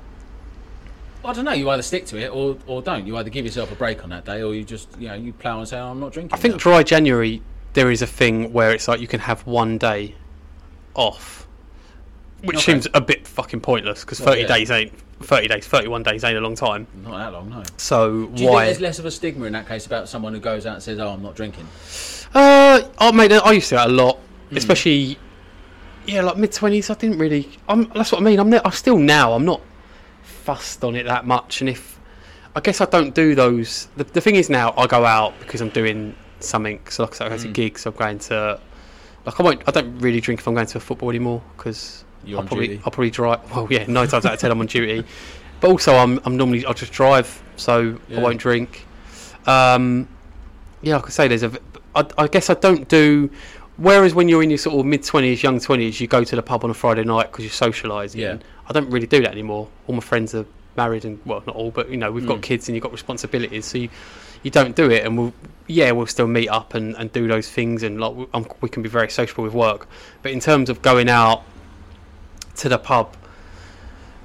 S1: I don't know. You either stick to it or, or don't. You either give yourself a break on that day, or you just you know you plough and say, "Oh, "I'm not drinking."
S2: I think
S1: now."
S2: dry January, there is a thing where it's like you can have one day off, which
S1: Okay.
S2: seems a bit fucking pointless because
S1: Well,
S2: 30
S1: yeah.
S2: days ain't 30 days, 31 days ain't a long time.
S1: not that long. No.
S2: So
S1: Do you think
S2: why?
S1: there's less of a stigma in that case about someone who goes out and says, "Oh, I'm not drinking"?
S2: Uh, oh mate, I used to do that a lot,
S1: Hmm.
S2: especially yeah, like mid twenties. I didn't really. I'm, that's what I mean. I'm, ne- I'm still now. I'm not fussed on it that much. And if I guess I don't do those. The, the thing is now I go out because I'm doing something. So like I said, I go
S1: Hmm.
S2: to gigs. I'm going to like I won't. I don't really drink if I'm going to a football anymore because
S1: You're
S2: I'll
S1: on
S2: probably
S1: duty.
S2: I'll probably drive. Well, yeah, nine times out of ten I'm on duty. But also I'm I'm normally I just drive, so I
S1: Yeah.
S2: won't drink. Um, yeah, like I say, there's a. v- I, I guess I don't do. Whereas when you're in your sort of mid twenties, young twenties, you go to the pub on a Friday night because you're socialising.
S1: Yeah.
S2: I don't really do that anymore. All my friends are married and well, not all, but you know, we've got kids and you've got responsibilities, so you, you don't do it. And we'll yeah, we'll still meet up and, and do those things, and like we- um, we can be very sociable with work. But in terms of going out to the pub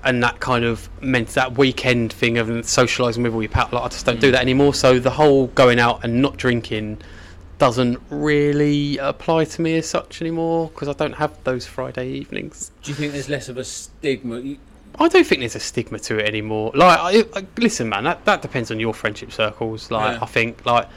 S2: and that kind of meant that weekend thing of socialising with all your pal, like, I just don't
S1: Mm.
S2: do that anymore. So the whole going out and not drinking doesn't really apply to me as such anymore because I don't have those Friday evenings.
S1: Do you think there's less of a stigma? You-
S2: I don't think there's a stigma to it anymore. Like, I, I, listen, man, that, that depends on your friendship circles. Like,
S1: Yeah.
S2: I think, like,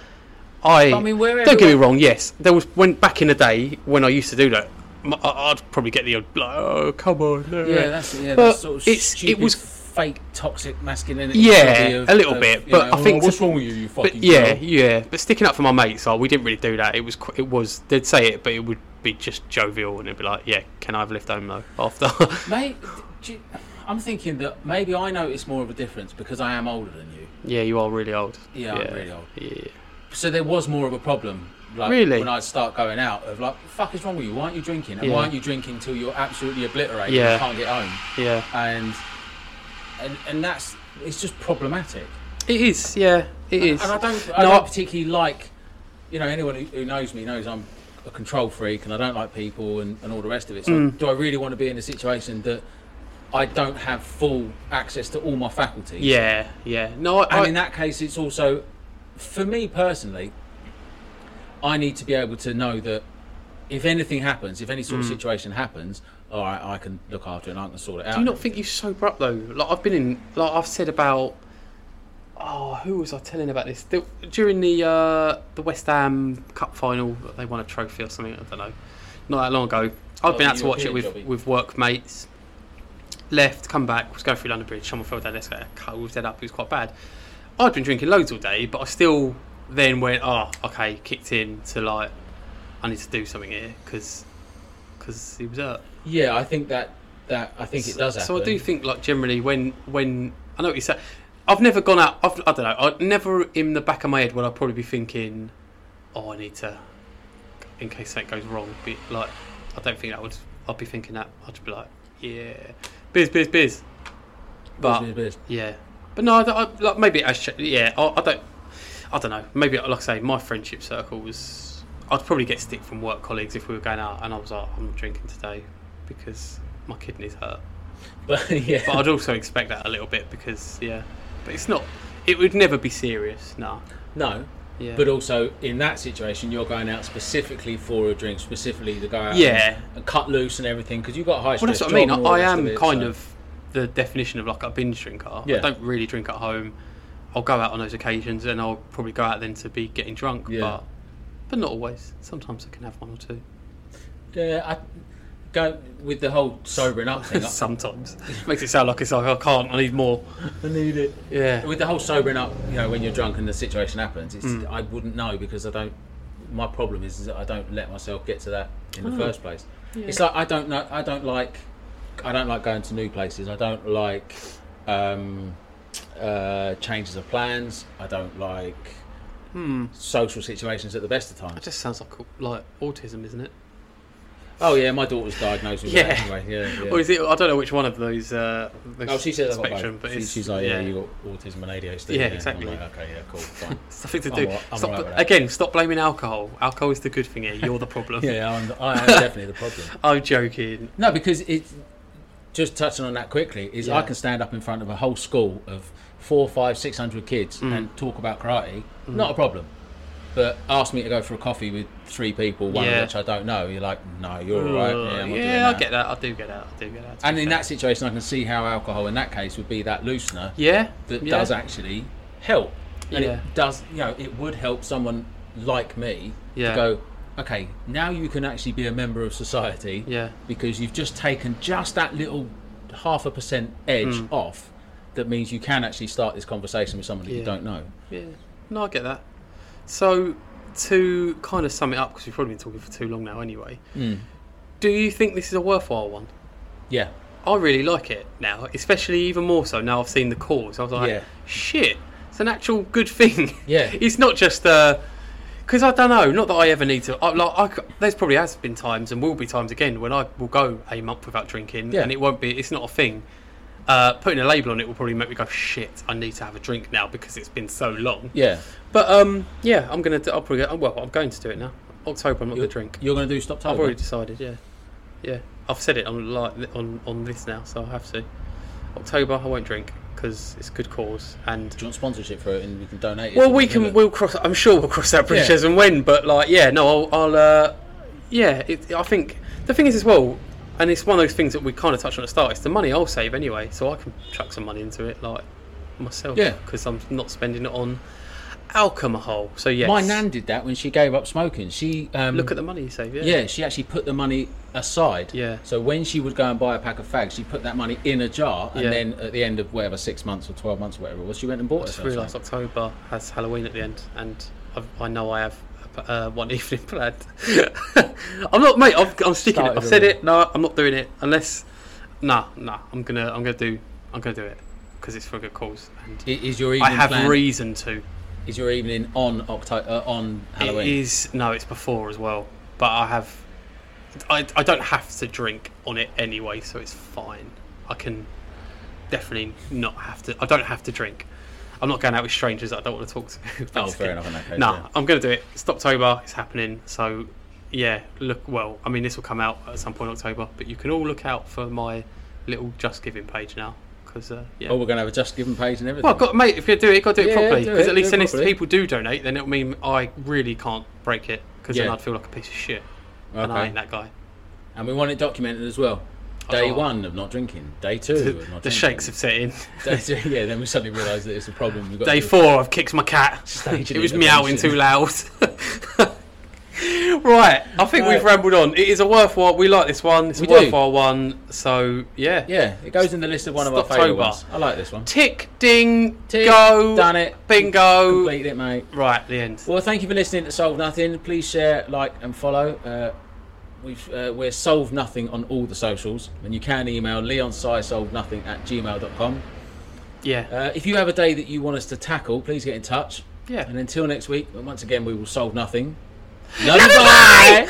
S2: I,
S1: I mean, where
S2: don't get me
S1: everyone-
S2: wrong. Yes, there was when back in the day when I used to do that, m- I- I'd probably get the odd, like, oh, come on, no,
S1: Yeah,
S2: no."
S1: that's yeah.
S2: But
S1: that sort of
S2: it's- it
S1: stupid,
S2: was-
S1: fake toxic masculinity.
S2: Yeah,
S1: of-
S2: a little
S1: of,
S2: bit,
S1: you
S2: but I think-
S1: what's wrong with you? You
S2: but
S1: fucking
S2: yeah,
S1: girl?"
S2: yeah. But sticking up for my mates, like, we didn't really do that. It was, qu- it was. They'd say it, but it would be just jovial, and it'd be like, yeah, can I have left home though? After,
S1: Mate, do you- I'm thinking that maybe I notice more of a difference because I am older than you.
S2: yeah, you are really old.
S1: Yeah, I'm really old.
S2: Yeah.
S1: So there was more of a problem. Like,
S2: Really?
S1: When I'd start going out, of like, the fuck is wrong with you? Why aren't you drinking? And
S2: Yeah.
S1: why aren't you drinking till you're absolutely obliterated
S2: Yeah.
S1: and can't get home?
S2: yeah.
S1: And, and and that's it's just problematic.
S2: It is. Yeah, it is.
S1: And I don't, I
S2: No,
S1: don't
S2: I-
S1: particularly like, you know, anyone who, who knows me knows I'm a control freak and I don't like people and, and all the rest of it. So
S2: Mm.
S1: do I really want to be in a situation that I don't have full access to all my faculties?
S2: Yeah, yeah. No, I,
S1: And
S2: I,
S1: in that case, it's also, for me personally, I need to be able to know that if anything happens, if any sort of situation happens, all right, I can look after it and I can sort it out.
S2: Mm. Do you not think you sober up though? Like I've been in, like I've said about. Oh, who was I telling about this? The- During the uh, the West Ham Cup final, they won a trophy or something. I don't know. Not that long ago, I've
S1: Oh,
S2: been
S1: the
S2: out to watch it
S1: European
S2: with
S1: jobby.
S2: with work mates. Left, come back, was going through London Bridge. Someone fell down the escalator, cut his head up. It was quite bad. I'd been drinking loads all day, but I still then went, oh, okay, kicked in to like, I need to do something here because because he was hurt.
S1: yeah, I think that, that I think it does happen.
S2: So I do think, like, generally, when when I know what you say, I've never gone out. I've, I don't know. I never in the back of my head would I probably be thinking, "Oh, I need to," in case something goes wrong. Be like, I don't think that would. I'd be thinking that. I'd just be like, "Yeah, biz, biz, biz." But
S1: Biz, biz, biz.
S2: yeah, but no, I, don't- I, like maybe I should, yeah. I, I don't. I don't know. Maybe like I say, my friendship circle was. I'd probably get stick from work colleagues if we were going out, and I was like, "I'm not drinking today because my kidneys hurt."
S1: But yeah.
S2: But I'd also expect that a little bit because yeah, but it's not. It would never be serious, nah.
S1: No.
S2: Yeah.
S1: But also in that situation, you're going out specifically for a drink, specifically to go out
S2: Yeah.
S1: and, and cut loose and everything because you've got a high
S2: Well,
S1: stress.
S2: that's what I
S1: job and
S2: mean. I,
S1: all the
S2: I
S1: rest
S2: am
S1: it,
S2: kind
S1: so-
S2: of the definition of like a binge drinker. I
S1: Yeah.
S2: don't really drink at home. I'll go out on those occasions, and I'll probably go out then to be getting drunk.
S1: Yeah.
S2: But but not always. Sometimes I can have one or two.
S1: Yeah, I go with the whole sobering up thing. I,
S2: Sometimes makes it sound like it's like I can't. I need more.
S1: I need it.
S2: Yeah.
S1: With the whole sobering up, you know, when you're drunk and the situation happens, it's,
S2: Mm.
S1: I wouldn't know because I don't. My problem is, is that I don't let myself get to that in
S2: Oh.
S1: the first place. It's like I don't know. I don't like. I don't like going to new places. I don't like um, uh, changes of plans. I don't like
S2: Hmm.
S1: social situations at the best of
S2: It
S1: times.
S2: just sounds like like autism, isn't it?
S1: Oh yeah, my daughter was diagnosed with
S2: Yeah.
S1: that anyway. Yeah, yeah.
S2: Or is it? I don't know which one of those. Uh, those
S1: Oh, she says I've got both.
S2: spectrum, but
S1: She-
S2: it's,
S1: she's like, yeah, you got autism and ADHD.
S2: Yeah,
S1: I'm
S2: exactly.
S1: like, okay, yeah, cool, fine.
S2: It's nothing to
S1: I'm
S2: do.
S1: all- I'm
S2: Stop-
S1: all right with that.
S2: again, stop blaming alcohol. Alcohol is the good thing here. You're the problem.
S1: yeah, I'm, I am definitely the problem.
S2: I'm joking.
S1: No, because it's just touching on that quickly is
S2: Yeah.
S1: I can stand up in front of a whole school of four, five, six hundred kids
S2: Mm.
S1: and talk about karate, not a problem. But ask me to go for a coffee with three people, one
S2: Yeah. Uh,
S1: of which I don't know. You're like, no, you're all right. Yeah, I'm not doing
S2: yeah, I
S1: that."
S2: get that. I do get that. I do get that. to
S1: And
S2: be
S1: in
S2: fair.
S1: that situation, I can see how alcohol, in that case, would be that loosener
S2: yeah,
S1: that
S2: yeah.
S1: does actually help. And
S2: Yeah.
S1: it does, you know, it would help someone like me
S2: Yeah.
S1: to go, okay, now you can actually be a member of society
S2: Yeah.
S1: because you've just taken just that little half a percent edge
S2: Mm.
S1: off that means you can actually start this conversation with someone that
S2: Yeah.
S1: you don't know.
S2: Yeah, no, I get that. So, to kind of sum it up, because we've probably been talking for too long now, anyway.
S1: Hmm.
S2: Do you think this is a worthwhile one?
S1: Yeah.
S2: I really like it now, especially even more so now I've seen the cause. I was like,
S1: Yeah.
S2: shit, it's an actual good thing.
S1: Yeah.
S2: it's not just because I don't know. Not that I ever need to. I, like, I c there's probably has been times and will be times again when I will go a month without drinking,
S1: Yeah.
S2: and it won't be. It's not a thing. Uh, putting a label on it will probably make me go shit. I need to have a drink now because it's been so long.
S1: Yeah.
S2: But um, yeah, I'm gonna. Do, I'll probably. Get, well, I'm going to do it now. October, I'm not gonna drink.
S1: You're going to do stop
S2: I've
S1: tober.
S2: already decided. Yeah, yeah. I've said it on like on on this now, so I have to. October, I won't drink because it's good cause and.
S1: Do you want sponsorship for it, and we can donate? it
S2: Well,
S1: to
S2: we
S1: the
S2: can.
S1: middle?
S2: We'll cross. I'm sure we'll cross that bridge
S1: Yeah.
S2: as and when. But like, yeah, no, I'll. I'll uh, yeah, it, I think the thing is as well, and it's one of those things that we kind of touched on at the start. It's the money I'll save anyway, so I can chuck some money into it, like myself.
S1: Yeah.
S2: because I'm not spending it on alcohol. So yes,
S1: My nan did that when she gave up smoking. She um,
S2: Look at the money you save. Yeah.
S1: Yeah, she actually put the money aside.
S2: Yeah.
S1: So when she would go and buy a pack of fags, she put that money in a jar, and
S2: Yeah.
S1: then at the end of whatever six months or twelve months or whatever it was, she went and bought
S2: just
S1: herself.
S2: realised
S1: some.
S2: October has Halloween at the end, and I've, I know I have uh, one evening planned. I'm not, mate. I've, I'm sticking it.
S1: Started
S2: I've said
S1: already.
S2: it. No, I'm not doing it unless. Nah, nah. I'm gonna, I'm gonna do, I'm gonna do it because it's for a good cause, and
S1: I- Is your
S2: I
S1: evening
S2: have
S1: planned-
S2: reason to.
S1: Is your evening on October uh, on Halloween?
S2: It is no, it's before as well, but I have. I, I don't have to drink on it anyway, so it's fine. I can definitely not have to. I don't have to drink. I'm not going out with strangers that I don't want to talk to.
S1: Oh,
S2: basically.
S1: fair enough. In that case,
S2: Nah,
S1: yeah.
S2: I'm going to do it. It's October. It's happening. So, yeah, look. Well, I mean, this will come out at some point in October, but you can all look out for my little Just Giving page now. Because, uh, yeah.
S1: Oh, we're going to have a just given page and everything.
S2: well, Oh, got, mate, if you do it, you've got to do it
S1: Yeah,
S2: properly.
S1: do
S2: Because
S1: it,
S2: at least
S1: do it
S2: then if
S1: properly.
S2: people do donate, then it'll mean I really can't break it. Because then
S1: Yeah.
S2: I'd feel like a piece of shit. And I
S1: okay.
S2: ain't that guy.
S1: And we want it documented as well. Day
S2: Oh.
S1: one of not drinking. Day two of not drinking.
S2: The shakes have set in.
S1: Day two, yeah, then we suddenly realise that it's a problem. We've got
S2: Day
S1: to-
S2: four, I've kicked my cat.
S1: Staging
S2: it was meowing
S1: intervention.
S2: too loud. right, I think
S1: Right.
S2: we've rambled on. It is a worthwhile. We like this one. It's
S1: We
S2: a
S1: do.
S2: worthwhile one. So yeah,
S1: Yeah, it goes in the list of one of our
S2: Stoptober.
S1: favourite ones. I like this one.
S2: Tick, ding,
S1: Tick,
S2: go,
S1: done it,
S2: bingo.
S1: complete it, mate.
S2: Right, the end.
S1: Well, thank you for listening to Solve Nothing. Please share, like, and follow. Uh, we've, uh, we're Solve Nothing on all the socials, and you can email leonsisolvenothing at gmail.com.
S2: Yeah,
S1: Uh, if you have a day that you want us to tackle, please get in touch.
S2: Yeah.
S1: And until next week, once again, we will solve nothing. Lullaby!